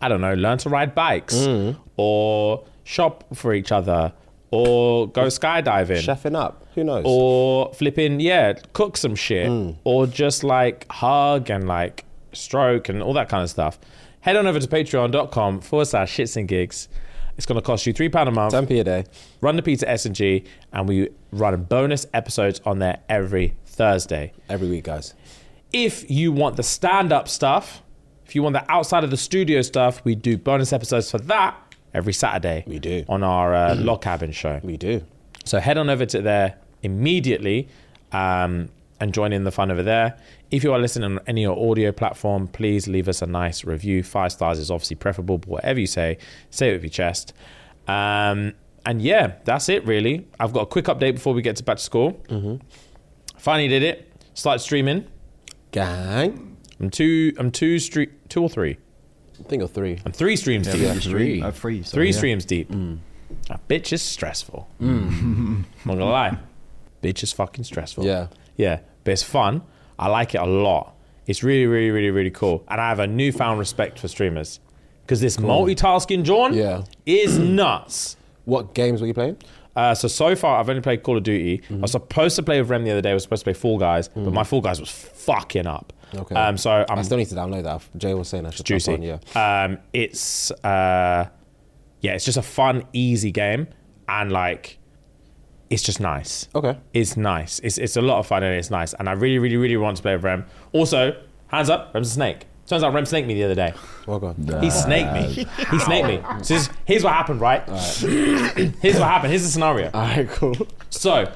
S2: I don't know, learn to ride bikes
S1: Mm.
S2: or shop for each other or go skydiving
S1: Chefing up, who knows?
S2: or flipping, yeah, cook some shit
S1: Mm.
S2: or just like hug and like stroke and all that kind of stuff. Head on over to patreon.com forward slash shits and gigs. It's going to cost you £3 a month.
S1: ten p a day.
S2: Run the P to S&G and we run bonus episodes on there every Thursday
S1: Every week, guys.
S2: if you want the stand up stuff, if you want the outside of the studio stuff, we do bonus episodes for that every Saturday.
S1: We do. Mm.
S2: On our uh, Log Cabin show.
S1: We do.
S2: So head on over to there immediately um, and join in the fun over there. If you are listening on any audio platform, please leave us a nice review. Five stars is obviously preferable, but whatever you say, say it with your chest. Um, and yeah, that's it really. I've got a quick update before we get to back to school. Finally did it. Started streaming.
S1: Gang.
S2: I'm two. I'm two street. Two or three.
S1: I think of three.
S2: I'm three streams deep.
S4: Three. Uh, three. sorry,
S2: Three
S4: yeah.
S2: streams deep.
S1: Mm.
S2: That bitch is stressful. I'm *laughs* not gonna lie. Bitch is fucking stressful.
S1: Yeah.
S2: Yeah. But it's fun. I like it a lot. It's really, really, really, really cool. And I have a newfound respect for streamers. Because this multitasking, John,
S1: Yeah.
S2: is nuts.
S1: What games were you playing?
S2: Uh, so so far, I've only played Call of Duty.
S1: Mm-hmm.
S2: I was supposed to play with Rem the other day. I was supposed to play Fall Guys, but my Fall Guys was fucking up.
S1: Mm. Okay.
S2: Um, so
S1: i
S2: I'm
S1: still need to download that. Jay was saying I should
S2: juicy.
S1: jump on, yeah.
S2: Um, it's uh, yeah, it's just a fun, easy game, and like, it's just nice.
S1: Okay.
S2: It's nice. It's it's a lot of fun and it's nice. And I really, really, really want to play with Rem. Also, hands up, Rem's a snake. Turns out Rem snaked me the other day.
S1: Well gone.
S2: He snaked me. He snaked me. So here's- here's what happened, right? *coughs* here's what happened. Here's the scenario.
S1: All right, cool. *laughs*
S2: So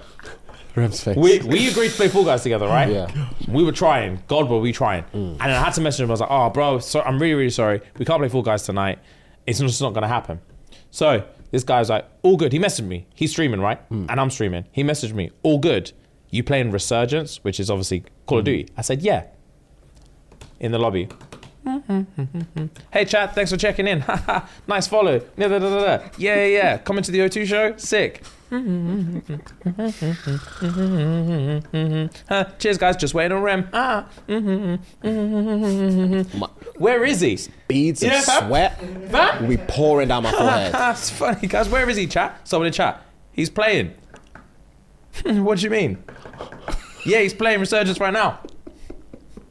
S1: Rem's face.
S2: we, we agreed to play Fall Guys together, right?
S1: Yeah.
S2: We were trying. God, were we trying? And I had to message him. I was like, "Oh, bro, so I'm really, really sorry. We can't play Fall Guys tonight. It's just not gonna happen." So this guy's like, "All good." He messaged me. He's streaming, right? And I'm streaming. He messaged me, "All good." You playing Resurgence, which is obviously Call of Duty? I said, "Yeah." In the lobby. Hey chat, thanks for checking in. *laughs* nice follow. Yeah, da, da, da, da. yeah, yeah, yeah. Coming to the O2 show. Sick. *laughs* Huh, cheers, guys. Just waiting on Rem.
S1: *laughs*
S2: Ah. Where is he?
S1: Beads
S2: Yeah, *laughs*
S1: of
S2: fam.
S1: sweat
S2: Fam.
S1: will be pouring down my
S2: *laughs*
S1: forehead.
S2: Ah, it's funny, guys. Where is he, chat? Someone in chat. He's playing. *laughs* what do
S1: *laughs*
S2: you mean? Yeah, he's playing Resurgence right now.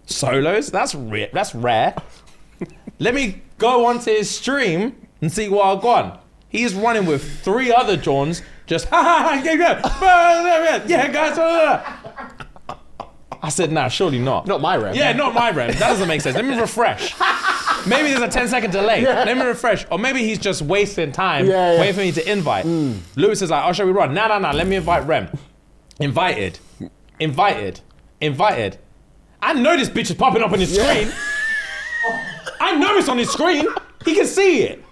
S2: Solos? That's rare. That's rare. Let me go onto his stream and see what I've got. He's running with three other Johns. Just *laughs* ha ha ha. Yeah, yeah, yeah guys. blah, blah, blah." I said, nah, surely not.
S1: Not my Rem.
S2: Yeah, not my rem. That doesn't make sense. Let me refresh. Maybe there's a 10 second delay. Let me refresh. Or maybe he's just wasting time
S1: Yeah, Hmm. yeah.
S2: waiting for me to invite. Lewis is like, oh, shall we run? Nah, nah, nah. Let me invite Rem. Invited. Invited. Invited. I know this bitch is popping up on his screen. I know it's on his screen. He can see it.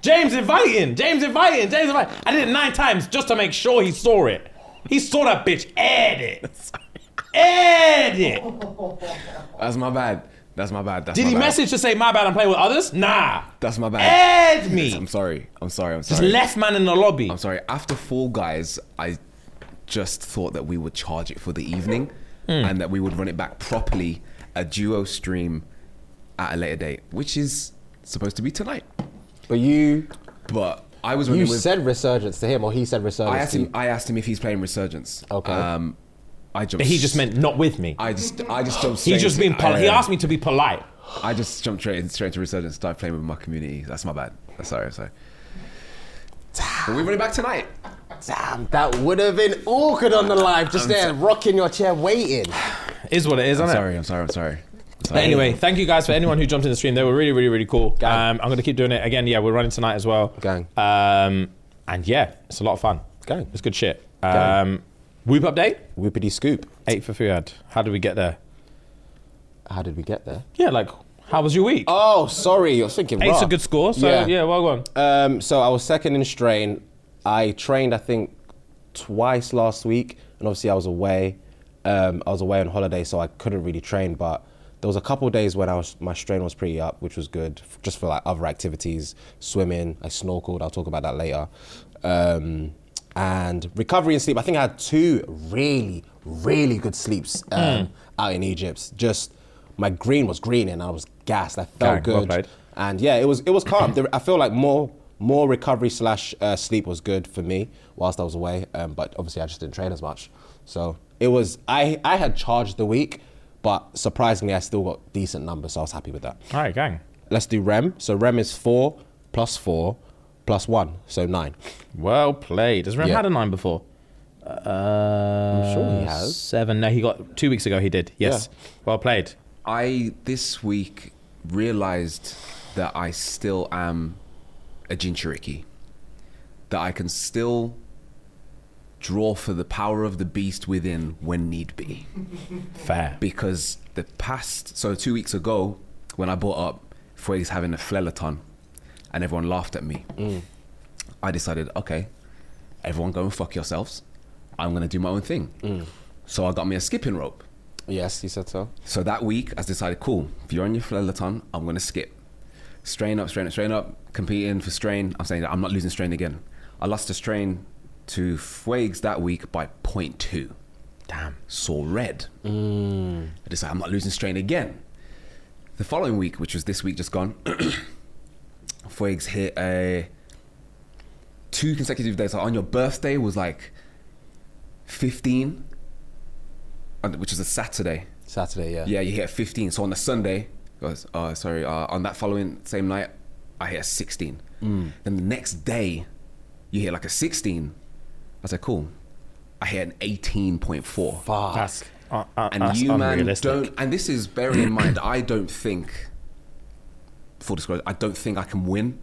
S2: James inviting. James inviting. James inviting. I did it nine times just to make sure he saw it. He saw that bitch. Add
S5: *laughs*
S2: it. Add it.
S5: That's my bad. That's my bad. That's
S2: Did
S5: my
S2: he
S5: bad.
S2: message to say my bad? I'm playing with others. Nah.
S5: That's my bad.
S2: Add me.
S5: I'm sorry. I'm sorry. I'm
S2: Just
S5: sorry.
S2: left man in the lobby.
S5: I'm sorry. After Fall Guys, I just thought that we would charge it for the evening
S2: Hmm.
S5: and that we would run it back properly, a duo stream at a later date, which is supposed to be tonight.
S1: But you
S5: But I was
S1: You
S5: running with.
S1: said resurgence to him, or he said resurgence.
S5: I asked
S1: to
S5: him.
S1: you.
S5: I asked him if he's playing Resurgence.
S1: Okay.
S5: Um, I jumped.
S2: But he just meant not with me.
S5: I just. I just jumped.
S2: He
S5: Straight
S2: just
S5: into-
S2: been. Pol-
S5: I,
S2: he asked me to be polite.
S5: I just jumped straight in, straight into Resurgence. Started playing with my community. That's my bad. Sorry. Sorry. But we're running back tonight.
S1: Damn, that would have been awkward on the live, just there, rocking your chair, waiting.
S2: Is what it is,
S5: I'm
S2: isn't it?
S5: sorry. I'm sorry. I'm sorry. I'm
S2: But
S5: sorry.
S2: anyway, thank you guys for anyone who jumped in the stream. They were really, really, really cool. Um, I'm gonna keep doing it again. Yeah, we're running tonight as well.
S1: Gang.
S2: Um, and yeah, it's a lot of fun.
S1: Gang.
S2: It's good shit.
S1: Gang.
S2: Um, Whoop update.
S1: Whoopity scoop.
S2: Eight for Fuad. How did we get there?
S1: How did we get there?
S2: Yeah, like how was your week?
S1: Oh, sorry, you're thinking.
S2: Eight's
S1: raw.
S2: a good score. So yeah, well done.
S1: Um, so I was second in strain. I trained, I think, twice last week, and obviously I was away. Um, I was away on holiday, so I couldn't really train. But there was a couple of days when I was my strain was pretty up, which was good, f- just for like other activities, swimming. I snorkeled. I'll talk about that later. Um, and recovery and sleep. I think I had two really, really good sleeps
S2: Mm.
S1: um, out in Egypt. Just my green was green, and I was gassed. I felt
S2: Gang, well
S1: good
S2: played.
S1: and yeah, it was it was calm. There- I feel like more more recovery slash uh, sleep was good for me whilst I was away. Um, but obviously, I just didn't train as much, so it was. I I had charged the week, but surprisingly, I still got decent numbers, so I was happy with that.
S2: All right, gang.
S1: Let's do REM. So REM is four plus four plus one, so nine.
S2: Well played. Has Rem
S1: Yeah.
S2: had a nine before? Uh, I'm
S1: sure he has.
S2: Seven. No, he got two weeks ago. He did. Yes. Well played.
S5: I this week realized that I still am a Jinchuriki. That I can still draw for the power of the beast within when need be.
S2: Fair.
S5: Because the past, so two weeks ago, when I brought up Freud's having a flelaton and everyone laughed at me, I decided, okay, everyone go and fuck yourselves. I'm going to do my own thing. So I got me a skipping rope.
S1: Yes, you said so.
S5: So that week, I decided, cool, if you're on your flelaton, I'm going to skip. Strain up, strain up, strain up, competing for strain. I'm saying that I'm not losing strain again. I lost a strain to Fuegs that week by 0.2. Damn. Saw red. I decided, I'm not losing strain again. The following week, which was this week just gone, *clears throat* Fuegs hit a two consecutive days. Like on your birthday was like 15, and- which is a Saturday.
S1: Saturday, yeah.
S5: Yeah, you hit a 15. So on the Sunday, goes, oh, sorry, uh, on that following same night, I hit a 16. Then the next day, you hit like a 16. I said, cool. I hit an 18.4.
S1: Fuck.
S2: That's, uh, uh,
S5: and
S2: that's
S5: you, man,
S2: unrealistic.
S5: don't. And this is bearing in mind, I don't think, full disclosure, I don't think I can win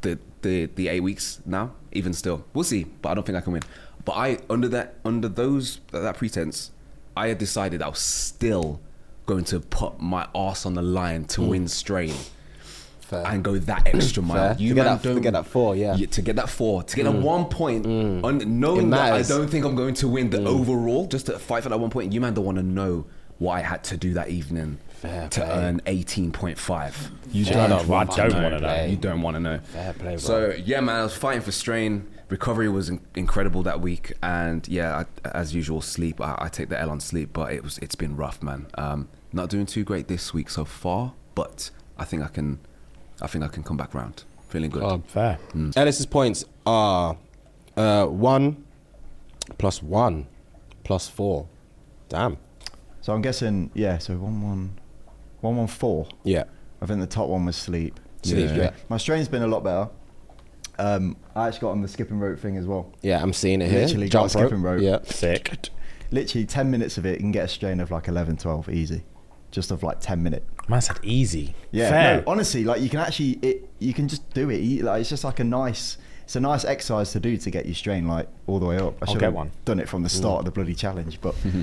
S5: the, the, the eight weeks now, even still. We'll see, but I don't think I can win. But I, under that, under those, that pretense, I had decided I was still going to put my ass on the line to
S2: Mm.
S5: win strain
S1: Fair.
S5: and go that extra mile.
S1: Fair. To get
S5: man
S1: that- to get that four, yeah. Mm.
S5: To get that four, to get that one point, un-
S1: It
S5: knowing that I
S1: matters. Mm.
S5: don't think I'm going to win the overall, just to fight for that one point, you man don't want to know what I had to do that evening
S1: Fair
S5: to
S1: play.
S5: earn 18.5. You
S1: Fair
S5: don't,
S1: play.
S5: want to
S1: I don't
S5: know.
S1: wanna know.
S5: You don't want to know.
S1: Fair play, bro.
S5: So yeah, man, I was fighting for strain. Recovery was in- incredible that week, and yeah, I, as usual, sleep. I, I take the L on sleep, but it was it's been rough, man. Um, not doing too great this week so far, but I think I can, I think I can come back round. Feeling good.
S2: Fair.
S1: Ellis's points are uh, one plus one plus four. Damn.
S4: So I'm guessing, yeah. So one one, one one four.
S1: Yeah.
S4: I think the top one was sleep.
S1: Sleep, yeah.
S4: My strain's been a lot better. Um, I actually got on the skipping rope thing as well.
S1: Yeah, I'm seeing it here.
S4: Literally
S1: Jump
S4: got a
S1: rope.
S4: skipping rope.
S1: Yeah.
S2: Sick.
S4: Literally 10 minutes of it, you can get a strain of like 11, 12, easy. Just of like 10 minute.
S2: Man said easy.
S4: Yeah.
S2: Fair.
S4: No, honestly, like you can actually, it, you can just do it. You- Like, it's just like a nice, it's a nice exercise to do to get your strain like all the way up. I should
S2: get
S4: have
S2: one.
S4: done it from the start of the bloody challenge,
S2: *laughs*
S4: but it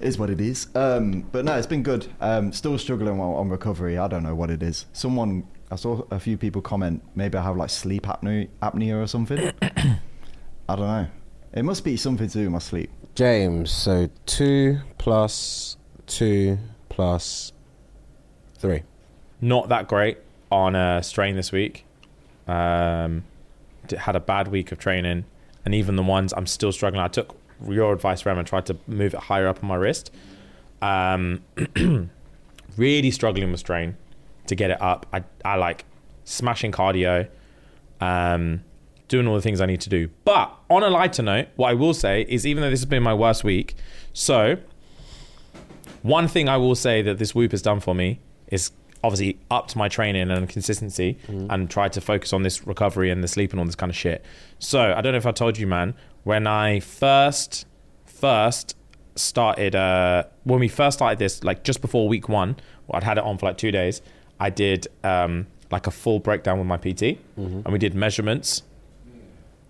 S4: is what it is. Um, but no, it's been good. Um, still struggling on, on recovery. I don't know what it is. Someone, I saw a few people comment, maybe I have like sleep apnea, apnea
S2: *coughs*
S4: or something. I don't know. It must be something to do with my sleep.
S1: James, so two plus two plus three.
S2: Not that great on uh, strain this week. Um, d- had a bad week of training, and even the ones I'm still struggling. I took your advice, Rem, and tried to move it higher up on my wrist. Um, *clears throat* really struggling with strain to get it up. I, I like smashing cardio. Um, doing all the things I need to do. But on a lighter note, what I will say is even though this has been my worst week, so one thing I will say that this whoop has done for me is obviously upped my training and consistency and tried to focus on this recovery and the sleep and all this kind of shit. So I don't know if I told you, man, when I first first started uh when we first started this, like just before week one, well, I'd had it on for like two days, I did um like a full breakdown with my PT and we did measurements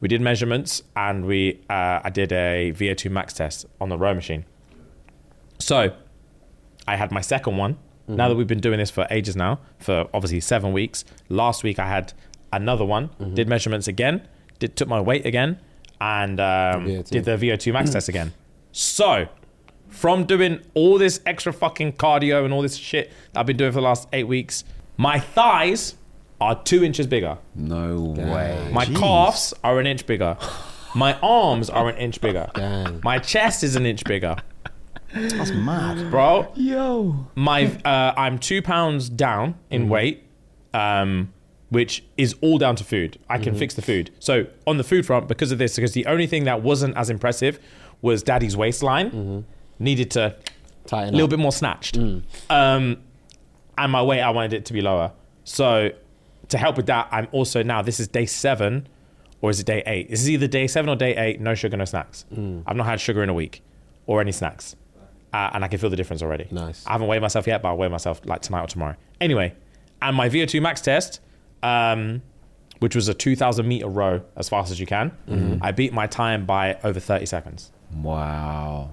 S2: we did measurements and we uh, I did a VO2 max test on the row machine. So I had my second one. Now that we've been doing this for ages now, for obviously seven weeks. Last week I had another one. Did measurements again. Did took my weight again, and um,
S1: VO2.
S2: did the VO2 max test again. So from doing all this extra fucking cardio and all this shit that I've been doing for the last eight weeks, my thighs are two inches bigger.
S5: No way.
S2: My calves are an inch bigger. My arms are an inch bigger.
S1: Dang.
S2: My chest is an inch bigger,
S4: That's mad.
S2: bro.
S5: Yo.
S2: My uh, I'm two pounds down in weight, um, which is all down to food. I can fix the food. So on the food front, because of this, because the only thing that wasn't as impressive was Daddy's waistline. Needed to
S1: Tighten
S2: a little
S1: up.
S2: bit more snatched. Um, and my weight, I wanted it to be lower. So to help with that, I'm also now this is day seven, or is it day eight? This is either day seven or day eight. No sugar, no snacks. I've not had sugar in a week, or any snacks, uh, and I can feel the difference already.
S1: Nice.
S2: I haven't weighed myself yet, but I'll weigh myself like tonight or tomorrow. Anyway, and my VO2 max test, um, which was a 2,000 meter row as fast as you can, I beat my time by over 30 seconds.
S5: Wow.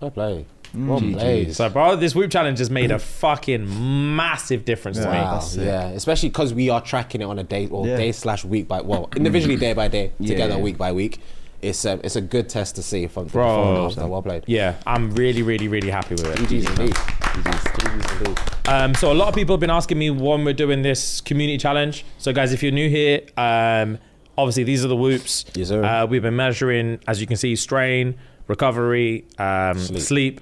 S1: Fair play. Well played.
S2: So, bro, this whoop challenge has made a fucking massive difference to me.
S4: Wow.
S1: Wow, yeah, especially because we are tracking it on a day or
S4: Yeah.
S1: day slash week by well individually day by *clears throat* day together
S5: yeah.
S1: week by week. It's a it's a good test to see if I'm
S2: Bro.
S1: after. Well played.
S2: Yeah, I'm really, really, really happy with it.
S1: GG's indeed. GG's indeed.
S2: Um, so a lot of people have been asking me when we're doing this community challenge. So guys, if you're new here, um, obviously these are the whoops.
S1: Yes, sir.
S2: Uh, we've been measuring, as you can see, strain, recovery, um, sleep.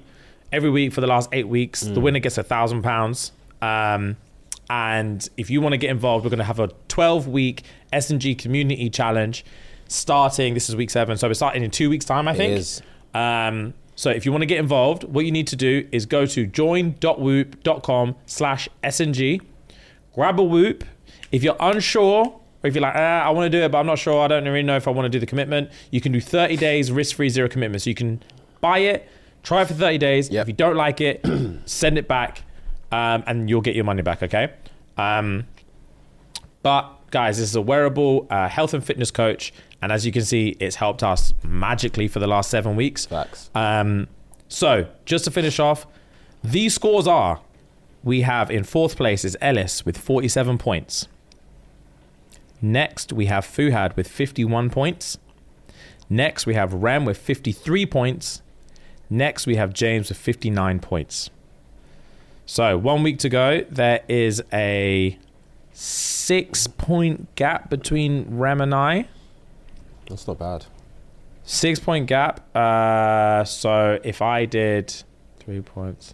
S2: every week for the last eight weeks.
S1: Mm.
S2: The winner gets a thousand pounds. Um, and if you want to get involved, we're going to have a 12 week S and G community challenge starting. This is week seven, so we're starting in two weeks' time, I think.
S1: is.
S2: Um, so if you want to get involved, what you need to do is go to join.whoop.com slash SNG, grab a whoop. If you're unsure, or if you're like, ah, I want to do it, but I'm not sure, I don't really know if I want to do the commitment, you can do 30 days risk-free zero commitment. So you can buy it, try it for 30 days.
S1: Yep.
S2: If you don't like it, *clears throat* send it back um, and you'll get your money back, okay? Um, but guys, this is a wearable uh, health and fitness coach, and as you can see, it's helped us magically for the last seven weeks.
S1: Facts.
S2: Um, so just to finish off, these scores are: we have in fourth place is Ellis with forty-seven points. Next, we have Fuhad with fifty-one points. Next, we have Ram with fifty-three points. Next, we have James with fifty-nine points. So one week to go. There is a six point gap between Ram and I.
S1: That's not bad.
S2: Six point gap. Uh, so if I did three points,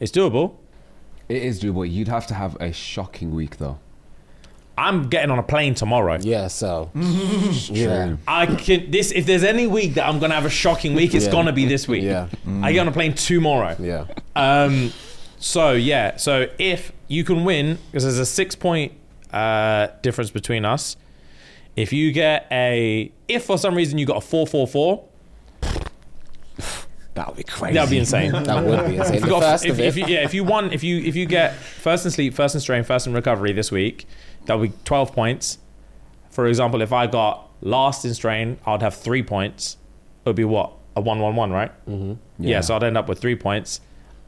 S2: it's doable.
S5: It is doable. You'd have to have a shocking week, though.
S2: I'm getting on a plane tomorrow.
S1: Yeah, *laughs* so yeah,
S5: True.
S2: I can this if there's any week that I'm gonna have a shocking week, it's
S1: Yeah.
S2: gonna be this week.
S1: Yeah. Mm.
S2: I get on a plane tomorrow.
S1: yeah.
S2: Um, so yeah, so if you can win, because there's a six point uh, difference between us. If you get a, if for some reason you got a four four four,
S5: That would be crazy.
S2: that'd be insane.
S1: *laughs* That would be insane.
S2: If
S1: The
S2: you, got,
S1: first
S2: if,
S1: of it.
S2: if you, yeah, if you won, if you if you get first in sleep, first in strain, first in recovery this week, that'll be twelve points. For example, if I got last in strain, I'd have three points. It would be what a one one one, right? Mm-hmm. Yeah. so I'd end up with three points.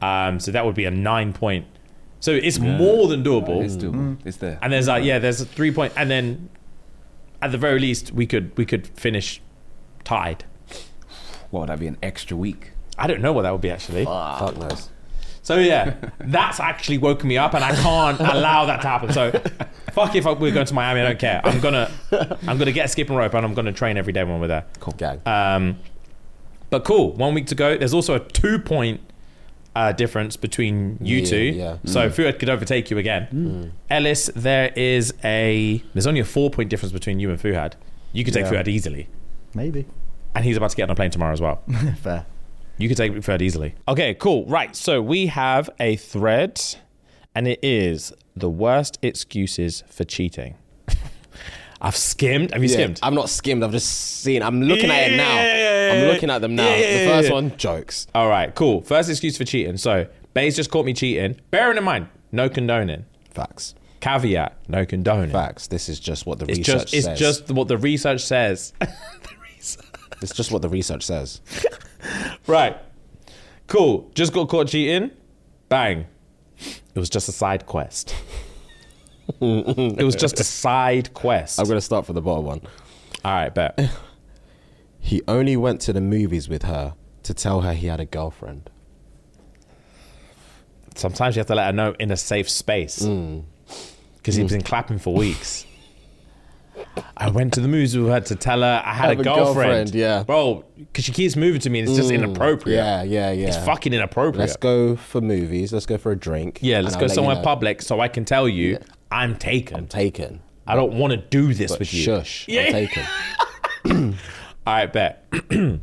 S2: Um, so that would be a nine point. So it's more than doable.
S5: It's doable. It's there.
S2: And there's like yeah, there's a three point, and then at the very least we could we could finish tied.
S5: What would that be? An extra week?
S2: I don't know what that would be actually.
S1: Fuck knows.
S2: So yeah, that's actually woken me up, and I can't allow that to happen. So fuck if I, we're going to Miami, I don't care. I'm gonna I'm gonna get a skipping rope, and I'm gonna train every day when we're there.
S1: Cool gang.
S2: Um, but cool, one week to go. There's also a two point uh, difference between you
S1: Yeah,
S2: two.
S1: yeah. Mm.
S2: So Fuad could overtake you again. Ellis, there is a there's only a four point difference between you and Fuhad. You could take
S4: Yeah.
S2: Fuad easily.
S4: Maybe.
S2: And he's about to get on a plane tomorrow as
S1: *laughs*
S2: well.
S4: Fair.
S2: You could take Ferd easily. Okay, cool. Right. So we have a thread, and it is the worst excuses for cheating. *laughs* I've skimmed. Have you
S1: Yeah,
S2: skimmed?
S1: I'm not skimmed. I've just seen. I'm looking at it now.
S2: Yeah, yeah, yeah,
S1: I'm
S2: yeah.
S1: looking at them now.
S2: Yeah, yeah,
S1: the first
S2: yeah.
S1: one, jokes.
S2: All right, cool. First excuse for cheating. So Bays just caught me cheating. Bearing in mind, no condoning.
S1: Facts.
S2: Caveat, no condoning.
S1: Facts. This is just what the
S2: It's
S1: research
S2: just it's
S1: says.
S2: just what the research says.
S1: it's just what the research says.
S2: right. Cool. Just got caught cheating. Bang. It was just a
S1: *laughs*
S2: side quest. it was just a side quest.
S1: I'm gonna start from the bottom one.
S2: All right, bet.
S1: He only went to the movies with her to tell her he had a girlfriend.
S2: Sometimes you have to let her know in a safe space
S1: Hmm.
S2: because he's been clapping for weeks. I went to the movies with her to tell her I had
S1: Have
S2: a
S1: a
S2: girlfriend.
S1: girlfriend, yeah. Hmm.
S2: bro, because she keeps moving to me and it's just inappropriate.
S1: Yeah, yeah, yeah.
S2: it's fucking inappropriate.
S1: Let's go for movies. Let's go for a drink.
S2: Yeah, let's
S1: and
S2: go
S1: I'll let you
S2: somewhere
S1: know.
S2: public so I can tell you I'm
S1: I'm
S2: taken.
S1: taken.
S2: I don't want to do this
S1: But
S2: with you.
S1: shush.
S2: Yeah.
S1: I'm
S2: *laughs*
S1: taken.
S2: All right, bet. *clears throat*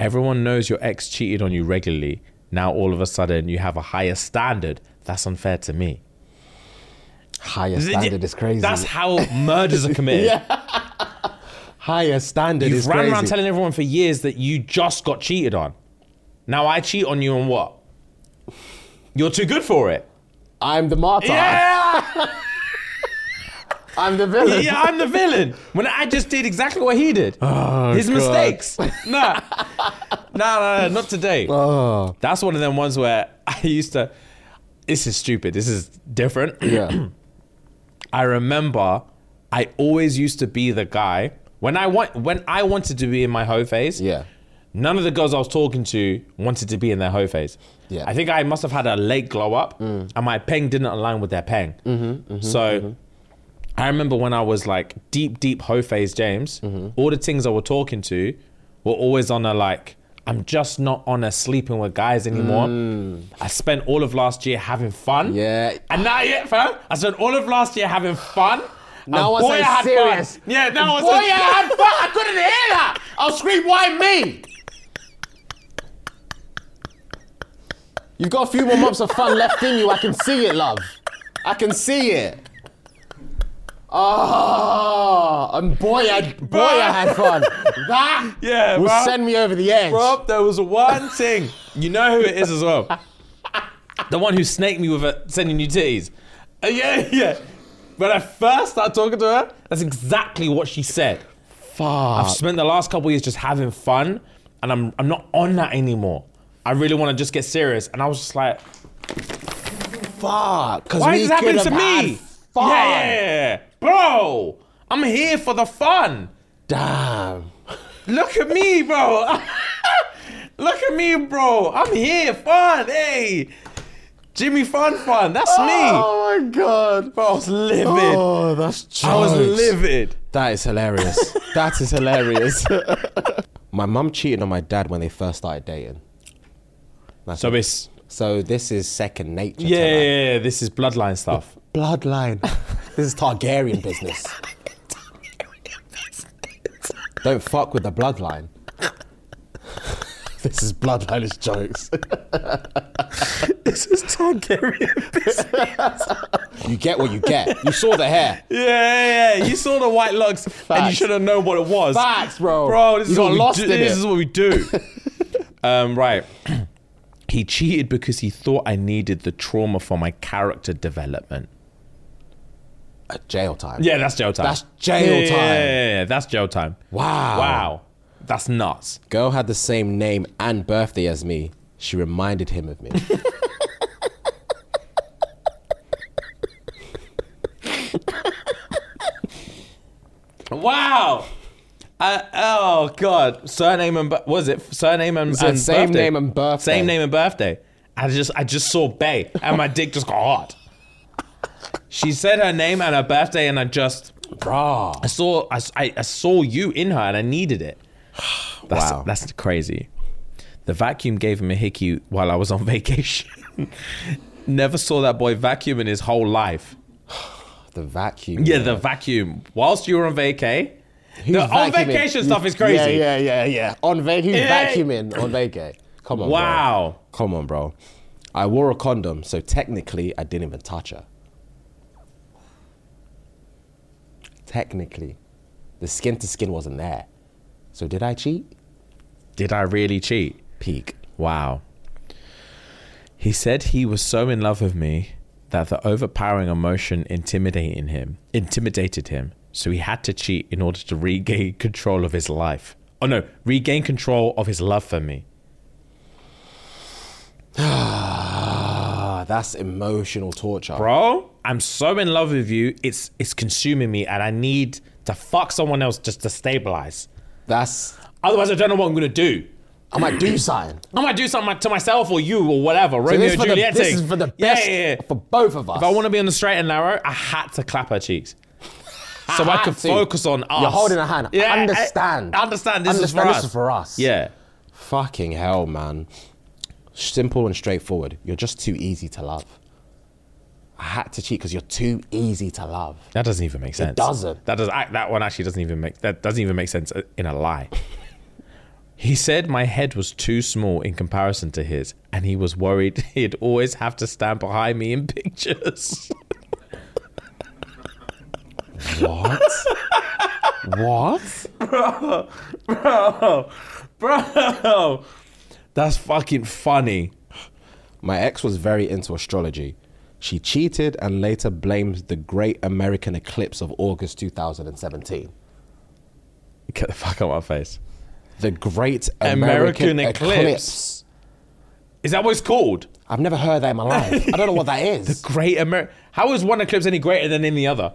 S2: Everyone knows your ex cheated on you regularly. Now all of a sudden you have a higher standard. That's unfair to me.
S1: Higher standard is crazy.
S2: That's how murders
S1: *laughs*
S2: are committed.
S1: Higher standard
S2: You've
S1: is
S2: ran
S1: crazy.
S2: around telling everyone for years that you just got cheated on. Now I cheat on you and what? You're too good for it.
S1: I'm the martyr.
S2: Yeah,
S1: I'm the villain.
S2: yeah, I'm the villain. When I just did exactly what he did.
S1: Oh,
S2: His mistakes. *laughs* Nah. nah, nah, nah, not today.
S1: Oh.
S2: That's one of them ones where *laughs* I used to. This is stupid. This is different.
S1: Yeah.
S2: *clears throat* I remember I always used to be the guy when I want when I wanted to be in my hoe phase.
S1: Yeah.
S2: None of the girls I was talking to wanted to be in their hoe phase.
S1: Yeah. Mm.
S2: I think I must have had a late glow up, and my peng didn't align with their peng.
S1: Mm-hmm,
S2: so. I remember when I was like deep, deep hoe phase James,
S1: Mm-hmm.
S2: all the things I were talking to were always on a like, I'm just not on a sleeping with guys anymore. I spent all of last year having fun.
S1: Mm. Yeah.
S2: And now yet, fam, I spent all of last year having fun.
S1: Now
S2: and
S1: I say serious.
S2: fun. Yeah, now I
S1: Boy,
S2: said
S1: I had fun. I couldn't hear that. I'll scream, why me? You've got a few more months of fun left in you. I can see it, love. I can see it. Ah, and boy, I boy, I had fun. That
S2: Yeah,
S1: will
S2: bro.
S1: send me over the edge.
S2: Rob, there was one thing. You know who it is as well. The one who snaked me with a, sending you titties. Uh, yeah, yeah. When I first started talking to her, that's exactly what she said. I've
S1: Fuck.
S2: spent the last couple years just having fun, and I'm I'm not on that anymore. I really want to just get serious, and I was just like,
S1: Fuck. 'cause
S2: why
S1: we
S2: is this
S1: could
S2: happening to
S1: have had
S2: me?
S1: Fun.
S2: Yeah, yeah, yeah. bro, I'm here for the fun.
S1: Damn.
S2: Look at me, bro. *laughs* Look at me, bro. I'm here, fun. Hey, Jimmy, fun, fun. That's me.
S1: Oh my god.
S2: Bro, I was livid.
S1: Oh, that's jokes.
S2: I was livid.
S1: That is hilarious. that is hilarious. *laughs* my mum cheated on my dad when they first started dating. That's
S2: So
S1: it.
S2: it's
S1: so this is second nature. to
S2: yeah, yeah,
S1: that.
S2: yeah, this is bloodline stuff.
S1: bloodline. this is Targaryen business. Don't fuck with the bloodline. *laughs* this is bloodline is jokes.
S2: *laughs* this is Targaryen.
S1: You get what you get. You saw the hair.
S2: *laughs* Yeah, yeah, yeah. You saw the white locks and you
S1: Facts.
S2: should have known what it was.
S1: Facts, bro.
S2: Bro, this
S1: You
S2: is
S1: got
S2: what
S1: lost
S2: we
S1: in
S2: do. This
S1: it.
S2: is what we do. *laughs* um, right. *clears throat* he cheated because he thought I needed the trauma for my character development.
S1: Uh, jail time.
S2: Yeah, that's jail time.
S1: That's jail
S2: Yeah,
S1: time.
S2: Yeah, yeah, yeah, that's jail time.
S1: Wow.
S2: Wow. That's nuts.
S1: Girl had the same name and birthday as me. She reminded him
S2: *laughs*
S1: of me.
S2: Wow. Uh, oh God. Surname and bir- was it surname and,
S1: So
S2: and
S1: same
S2: birthday?
S1: name and birthday.
S2: Same name and birthday. I just I just saw Bay and my dick just got hard. She said her name and her birthday, and I just
S1: Bruh.
S2: I saw I, I- I saw you in her, and I
S1: *sighs*
S2: needed it. That's,
S1: Wow.
S2: that's crazy. The vacuum gave him a hickey while I was on *laughs* vacation. Never saw that boy vacuum in his whole life.
S1: The vacuum.
S2: Yeah, the vacuum. Whilst you were on vacay,
S1: Who's
S2: The on
S1: vacuuming?
S2: vacation stuff is crazy.
S1: Yeah, yeah, yeah, yeah. On va- who's
S2: Yeah.
S1: vacuuming on vacay? Come on. bro.
S2: Wow.
S1: Come on, bro. I wore a condom, so technically I didn't even touch her. Technically, the skin to skin wasn't there. So did I cheat?
S2: Did I really cheat?
S1: Peak.
S2: Wow. He said he was so in love with me that the overpowering emotion intimidating him intimidated him, so he had to cheat in order to regain control of his life. Oh no, regain control of his love for me.
S1: Ah, that's emotional torture.
S2: Bro, I'm so in love with you, it's it's consuming me and I need to fuck someone else just to stabilize.
S1: That's
S2: Otherwise I don't know what I'm gonna do.
S1: I might do something.
S2: I might do something to myself or you or whatever.
S1: So
S2: Romeo
S1: this, is
S2: and
S1: for the,
S2: Juliet.
S1: this
S2: thing.
S1: is for the
S2: Yeah,
S1: best
S2: yeah, yeah.
S1: for both of us.
S2: If I want to be on the straight and narrow, I had to clap her cheeks. So I,
S1: had
S2: could
S1: to.
S2: focus on us.
S1: Ah, You're holding her hand.
S2: I-
S1: Understand.
S2: I understand. This
S1: Understand
S2: is for
S1: this
S2: us.
S1: is for us.
S2: Yeah.
S1: Fucking hell, man. Simple and straightforward. You're just too easy to love. I had to cheat because you're too easy to love.
S2: That doesn't even make sense.
S1: doesn't.
S2: That does. I, that one actually doesn't even make. That doesn't even make sense uh, in a lie. he said my head was too small in comparison to his, and he was worried *laughs* he'd always have to stand behind me in *laughs* pictures.
S1: What? *laughs* what?
S2: Bro, that's fucking funny.
S1: My ex was very into astrology. She cheated and later blamed the great American eclipse of August 2017.
S2: Get the fuck out of my face.
S1: The great American,
S2: American eclipse.
S1: eclipse.
S2: Is that what it's called?
S1: I've never heard that in my life. I don't know what
S2: *laughs*
S1: that is.
S2: Great America. How is one eclipse any greater than any other?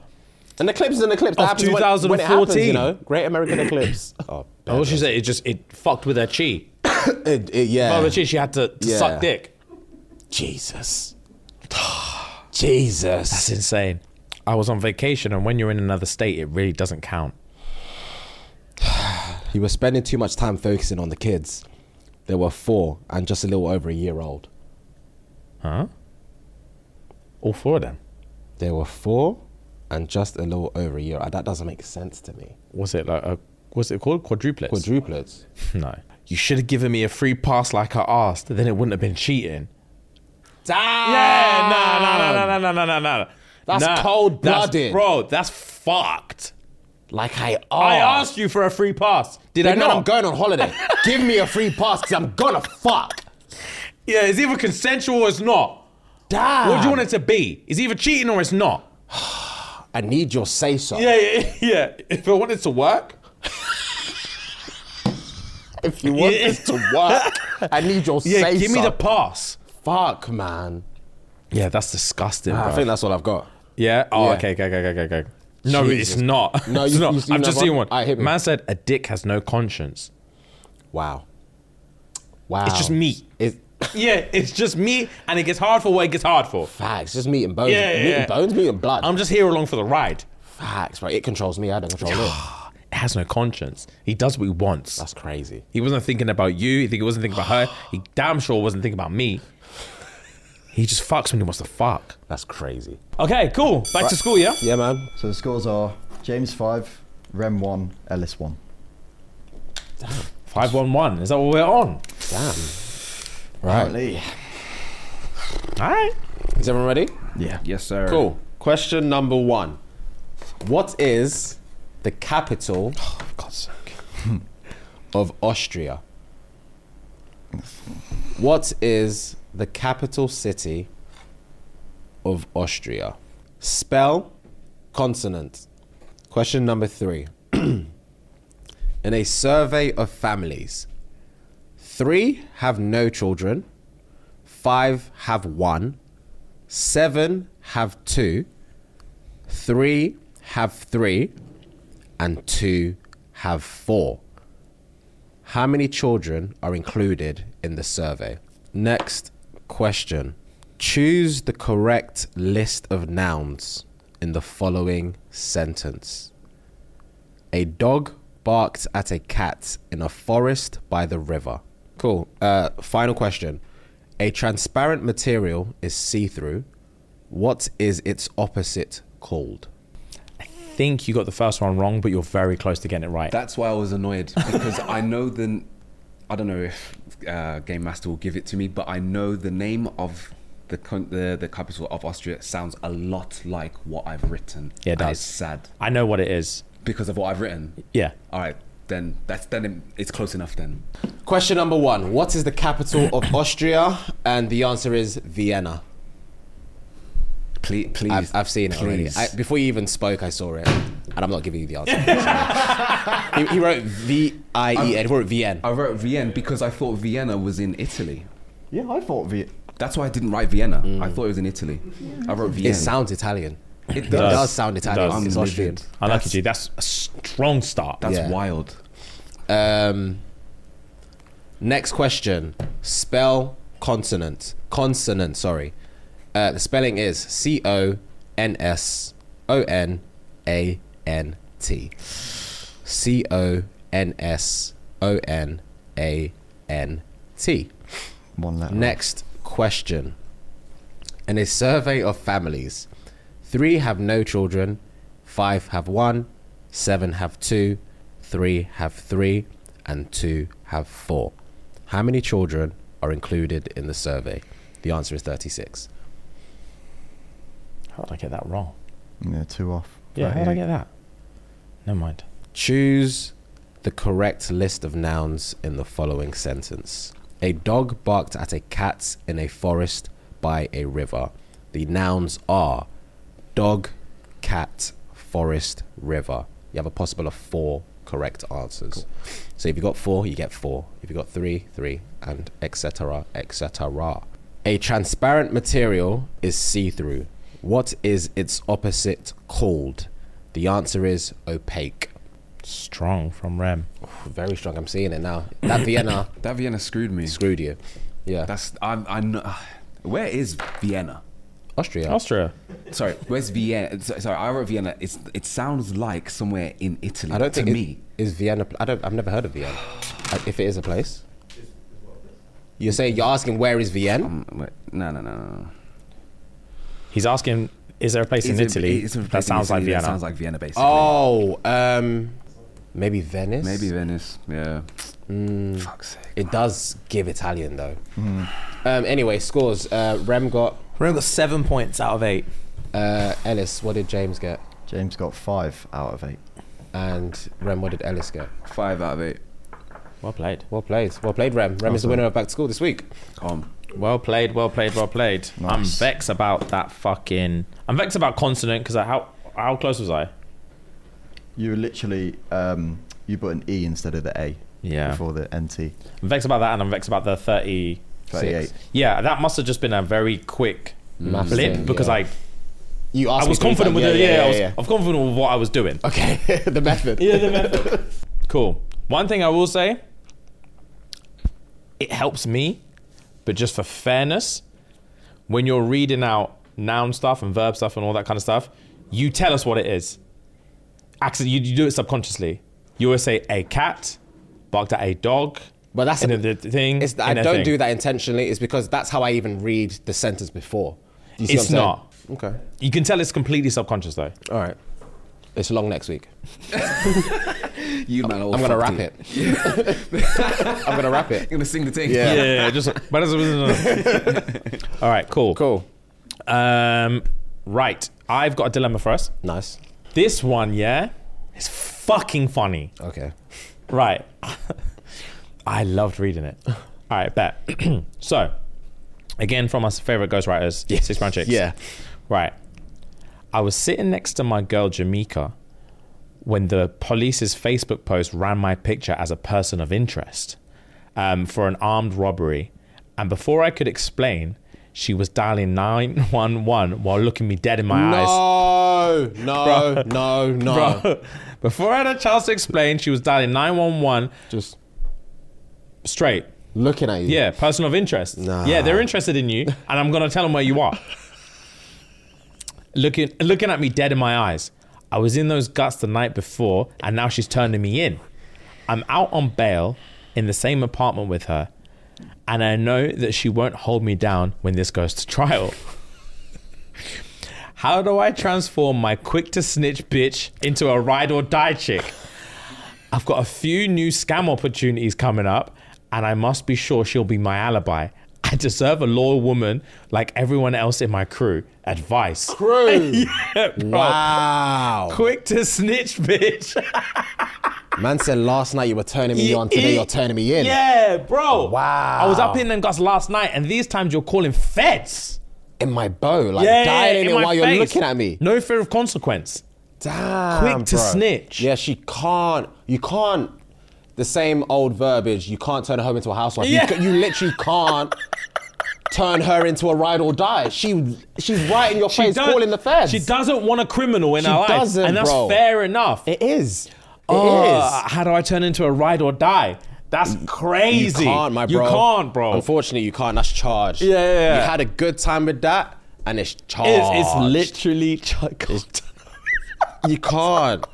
S1: An eclipse is an eclipse. That
S2: Of
S1: happens when- when it happens,
S2: 2014.
S1: you know? Great American
S2: *laughs*
S1: eclipse. Oh,
S2: Oh, she said it just it fucked with her chi.
S1: it, it- yeah.
S2: Oh, her chi. She had to, to
S1: Yeah.
S2: suck dick.
S1: Jesus. *sighs* Jesus.
S2: It's insane. I was on vacation, and when you're in another state, it really doesn't count.
S1: He was spending too much time focusing on the kids. They were four and just a little over a year old.
S2: All four of them.
S1: They were four and just a little over a year. That doesn't make sense to me.
S2: Was it like a was it called quadruplets?
S1: Quadruplets.
S2: no. You should have given me a free pass like I asked. Then it wouldn't have been cheating.
S1: Damn.
S2: Yeah, no, no, no, no, no, no, no, no.
S1: That's
S2: Nah,
S1: cold-blooded.
S2: that's- bro. That's fucked.
S1: Like I asked.
S2: I asked you for a free pass. Did I
S1: Big man,
S2: not?
S1: I'm going on holiday. Give me a free pass because I'm gonna fuck.
S2: Yeah, it's either consensual or it's not.
S1: Damn.
S2: What do you want it to be? It's either cheating or it's not.
S1: I need your say so.
S2: Yeah, yeah, *laughs* yeah. If I want it to work,
S1: If you want
S2: Yeah.
S1: this to work, I need your
S2: *laughs* yeah,
S1: say so.
S2: give me the pass.
S1: fuck, man.
S2: Yeah, that's disgusting, bro.
S1: I think that's all I've got.
S2: yeah. Oh,
S1: Yeah.
S2: okay, okay, okay, okay, okay. No,
S1: Jesus.
S2: it's *laughs* not.
S1: No,
S2: it's
S1: you-
S2: not.
S1: you- you
S2: I've
S1: know
S2: just
S1: what?
S2: seen one.
S1: Alright, hit me.
S2: Man said a dick has no conscience.
S1: Wow. Wow.
S2: It's just meat.
S1: It's
S2: *laughs* yeah, it's just me, and it gets hard for what it gets hard for.
S1: facts. Just meat and bones.
S2: Yeah, yeah,
S1: meat
S2: yeah.
S1: and bones. Meat and blood.
S2: I'm just here along for the ride.
S1: Facts, right? It controls me. I don't control it.
S2: *sighs* It has no conscience. He does what he wants.
S1: That's crazy.
S2: He wasn't thinking about you. He think- he wasn't thinking about her. *sighs* He damn sure wasn't thinking about me. He just fucks when he wants to fuck.
S1: That's crazy.
S2: Okay, cool. Back to school, yeah?
S1: Yeah, man.
S4: So the scores are James five, Rem one, Ellis one.
S2: 511. Is that what we're on?
S1: Damn. Right.
S4: Apparently,
S2: All right.
S1: Is everyone ready?
S4: yeah.
S5: Yes, sir.
S1: Cool. Question number one. What is the capital *laughs* of Austria? What is the capital city of Austria? Spell consonant. Question number three. *clears throat* In a survey of families, three have no children, five have one, seven have two, three have three, and two have four. How many children are included in the survey? Next question. Choose the correct list of nouns in the following sentence. A dog barked at a cat in a forest by the river. Cool. Uh, final question. A transparent material is see through. What is its opposite called?
S2: think you got the first one wrong, but you're very close to getting it right.
S5: That's why I was
S2: *laughs*
S5: annoyed because I know the, I don't know if uh, Game Master will give it to me, but I know the name of the con- the the capital of Austria sounds a lot like what I've written.
S2: Yeah, it
S5: And
S2: does.
S5: It's sad
S2: I know what it is.
S5: because of what I've written.
S2: Yeah.
S5: All right, then that's then it- it's close enough. Then
S1: Question number one What is the capital
S5: *coughs*
S1: of Austria? And the answer is Vienna.
S5: please, please,
S1: I've, I've seen it already.
S5: please.
S1: I, before you even spoke, I saw it. And I'm not giving you the answer.
S5: *laughs*
S1: he, he wrote V I E N. He wrote VN.
S5: I wrote Vienna because I thought Vienna was in Italy.
S4: Yeah, I thought V.
S5: That's why I didn't write Vienna.
S2: Mm.
S5: I thought it was in Italy. I wrote Vienna.
S1: It sounds Italian.
S5: It
S1: It
S5: does.
S1: does sound Italian.
S2: does.
S1: It's
S5: I'm
S1: Austrian.
S5: livid.
S2: I like it, G. That's a strong start.
S5: That's
S1: Yeah.
S5: wild.
S1: Um, next question. Spell consonant. Consonant, sorry. Uh, the spelling is C O N S O N A N T. C O N S O N A N T.
S4: One letter.
S1: Next question. In a survey of families, three have no children, five have one, seven have two, three have three, and two have four. How many children are included in the survey? The answer is 36.
S2: How did I get that wrong?
S4: Yeah, two off.
S2: Yeah, how did I
S4: 38.
S2: get that? Never mind.
S1: Choose the correct list of nouns in the following sentence. A dog barked at a cat in a forest by a river. The nouns are dog, cat, forest, river. You have a possible of four correct answers. So if you got four, you get four. If you got three, three, and etc. etc. A transparent material is see through. What is its opposite called? The answer is opaque.
S2: Strong from Rem.
S1: Very strong. I'm seeing it now. That Vienna
S5: That Vienna screwed me.
S1: screwed you. Yeah.
S5: That's I'm I know. *sighs* Where is Vienna?
S1: Austria.
S2: Austria.
S5: Sorry, where's Vienna? So- Sorry, I wrote Vienna. It's it sounds like somewhere in Italy.
S1: I don't think
S5: to
S1: it-
S5: me.
S1: is Vienna. I don't. I've never heard of Vienna. Uh, If it is a place, you're saying you're asking where is Vienna?
S5: Um, wait, no, no, no, no, no.
S2: He's asking, is there a place in
S5: Is it-
S2: Italy
S5: is it a place in
S2: that sounds like
S5: Italy
S2: Vienna?
S5: That sounds like Vienna, basically.
S1: Oh, um, maybe Venice.
S5: maybe Venice. Yeah.
S1: mm.
S5: Fuck's sake.
S1: It does give Italian though. Um, anyway, scores. Uh, Rem got.
S6: Rome got seven points out of eight.
S1: Uh, Ellis. What did James get?
S4: James got five out of eight.
S1: And Rem, what did Ellis get?
S5: Five out of eight.
S2: well played.
S1: Well played. Well played, Rem. Rem is the winner of Back to School this week.
S5: Calm.
S2: Well played, well played, well played. I'm
S4: Nice.
S2: vexed about that fucking. I'm vexed about consonant because how how close was I?
S4: You were literally um, you put an E instead of the A.
S2: Yeah.
S4: Before the NT.
S2: I'm vexed about that, and I'm vexed about the 30.
S4: 38.
S2: Yeah, that must have just been a very quick
S1: Maths
S2: blip
S1: thing,
S2: because
S1: yeah.
S2: I
S1: You asked
S2: I was
S1: me three
S2: confident
S1: times.
S2: with the yeah, I, was,
S1: yeah.
S2: I was confident with what I was doing.
S1: Okay, *laughs* the method.
S2: Cool. One thing I will say, it helps me, but just for fairness, when you're reading out noun stuff and verb stuff and all that kind of stuff, you tell us what it is. Actually, you, you do it subconsciously. You always say a cat, barked at a dog.
S1: But that's
S2: and
S1: a-
S2: then the thing.
S1: It's, I
S2: and a
S1: don't
S2: thing.
S1: do that intentionally. It's because that's how I even read the sentence before. Do you see
S2: It's
S1: what I'm
S2: not.
S1: saying? Okay.
S2: You can tell it's completely subconscious though.
S1: All right. It's long next week.
S5: You man, all
S1: I'm gonna
S5: fucked
S1: wrap it. I'm gonna wrap
S5: You're
S1: it. *laughs*
S5: gonna sing the thing.
S1: Yeah.
S2: yeah, just. *laughs* But it's-
S1: *laughs*
S2: all right, cool.
S1: Cool.
S2: Um, right, I've got a dilemma for us.
S1: Nice.
S2: This one, yeah, is fucking funny.
S1: Okay.
S2: Right. *laughs* I loved reading it. All right, bet. *clears throat* so, again, from our favorite ghostwriters, Six Brown Chicks.
S1: Yeah.
S2: Right. I was sitting next to my girl, Jamaica, when the police's Facebook post ran my picture as a person of interest um, for an armed robbery. And before I could explain, she was dialing 911 while looking me dead in my eyes.
S1: No, no, no, no.
S2: Bro, before I had a chance to explain, she was dialing 911
S1: Just
S2: straight.
S1: looking at you.
S2: Yeah, person of interest.
S1: Nah.
S2: Yeah, they're interested in you, and I'm gonna tell them where you are. looking, looking at me dead in my eyes. I was in those guts the night before, and now she's turning me in. I'm out on bail in the same apartment with her, and I know that she won't hold me down when this goes to trial. How do I transform my quick to snitch bitch into a ride or die chick? I've got a few new scam opportunities coming up, and I must be sure she'll be my alibi. *laughs* I deserve a loyal woman like everyone else in my crew. Advice.
S1: Crew.
S2: *laughs* Yeah, bro.
S1: Wow.
S2: Quick to snitch, *laughs* bitch.
S1: Man said last night you were turning me on, today you're turning me in.
S2: Yeah, bro.
S1: Wow.
S2: I was up in them guys last night, and these times you're calling feds.
S1: In my bow, like
S2: Yeah,
S1: dying
S2: in
S1: in it
S2: my
S1: while you're
S2: face.
S1: looking at me.
S2: No fear of consequence.
S1: Damn.
S2: Quick to
S1: bro.
S2: snitch.
S1: Yeah, she can't. You can't. The same old verbiage. You can't turn her into a housewife.
S2: Yeah.
S1: You, ca- you literally
S2: *laughs*
S1: can't turn her into a ride or die. She she's right in your face,
S2: does-
S1: calling the feds.
S2: She doesn't want a criminal in
S1: She
S2: her life,
S1: doesn't,
S2: and that's
S1: bro.
S2: fair enough.
S1: It is. It is.
S2: Oh, How do I turn into a ride or die? That's crazy.
S1: You can't, my bro.
S2: You can't, bro.
S1: Unfortunately, you can't. That's charged.
S2: Yeah, yeah, yeah.
S1: You had a good time with that, and it's charged.
S2: It's, it's literally
S1: You can't.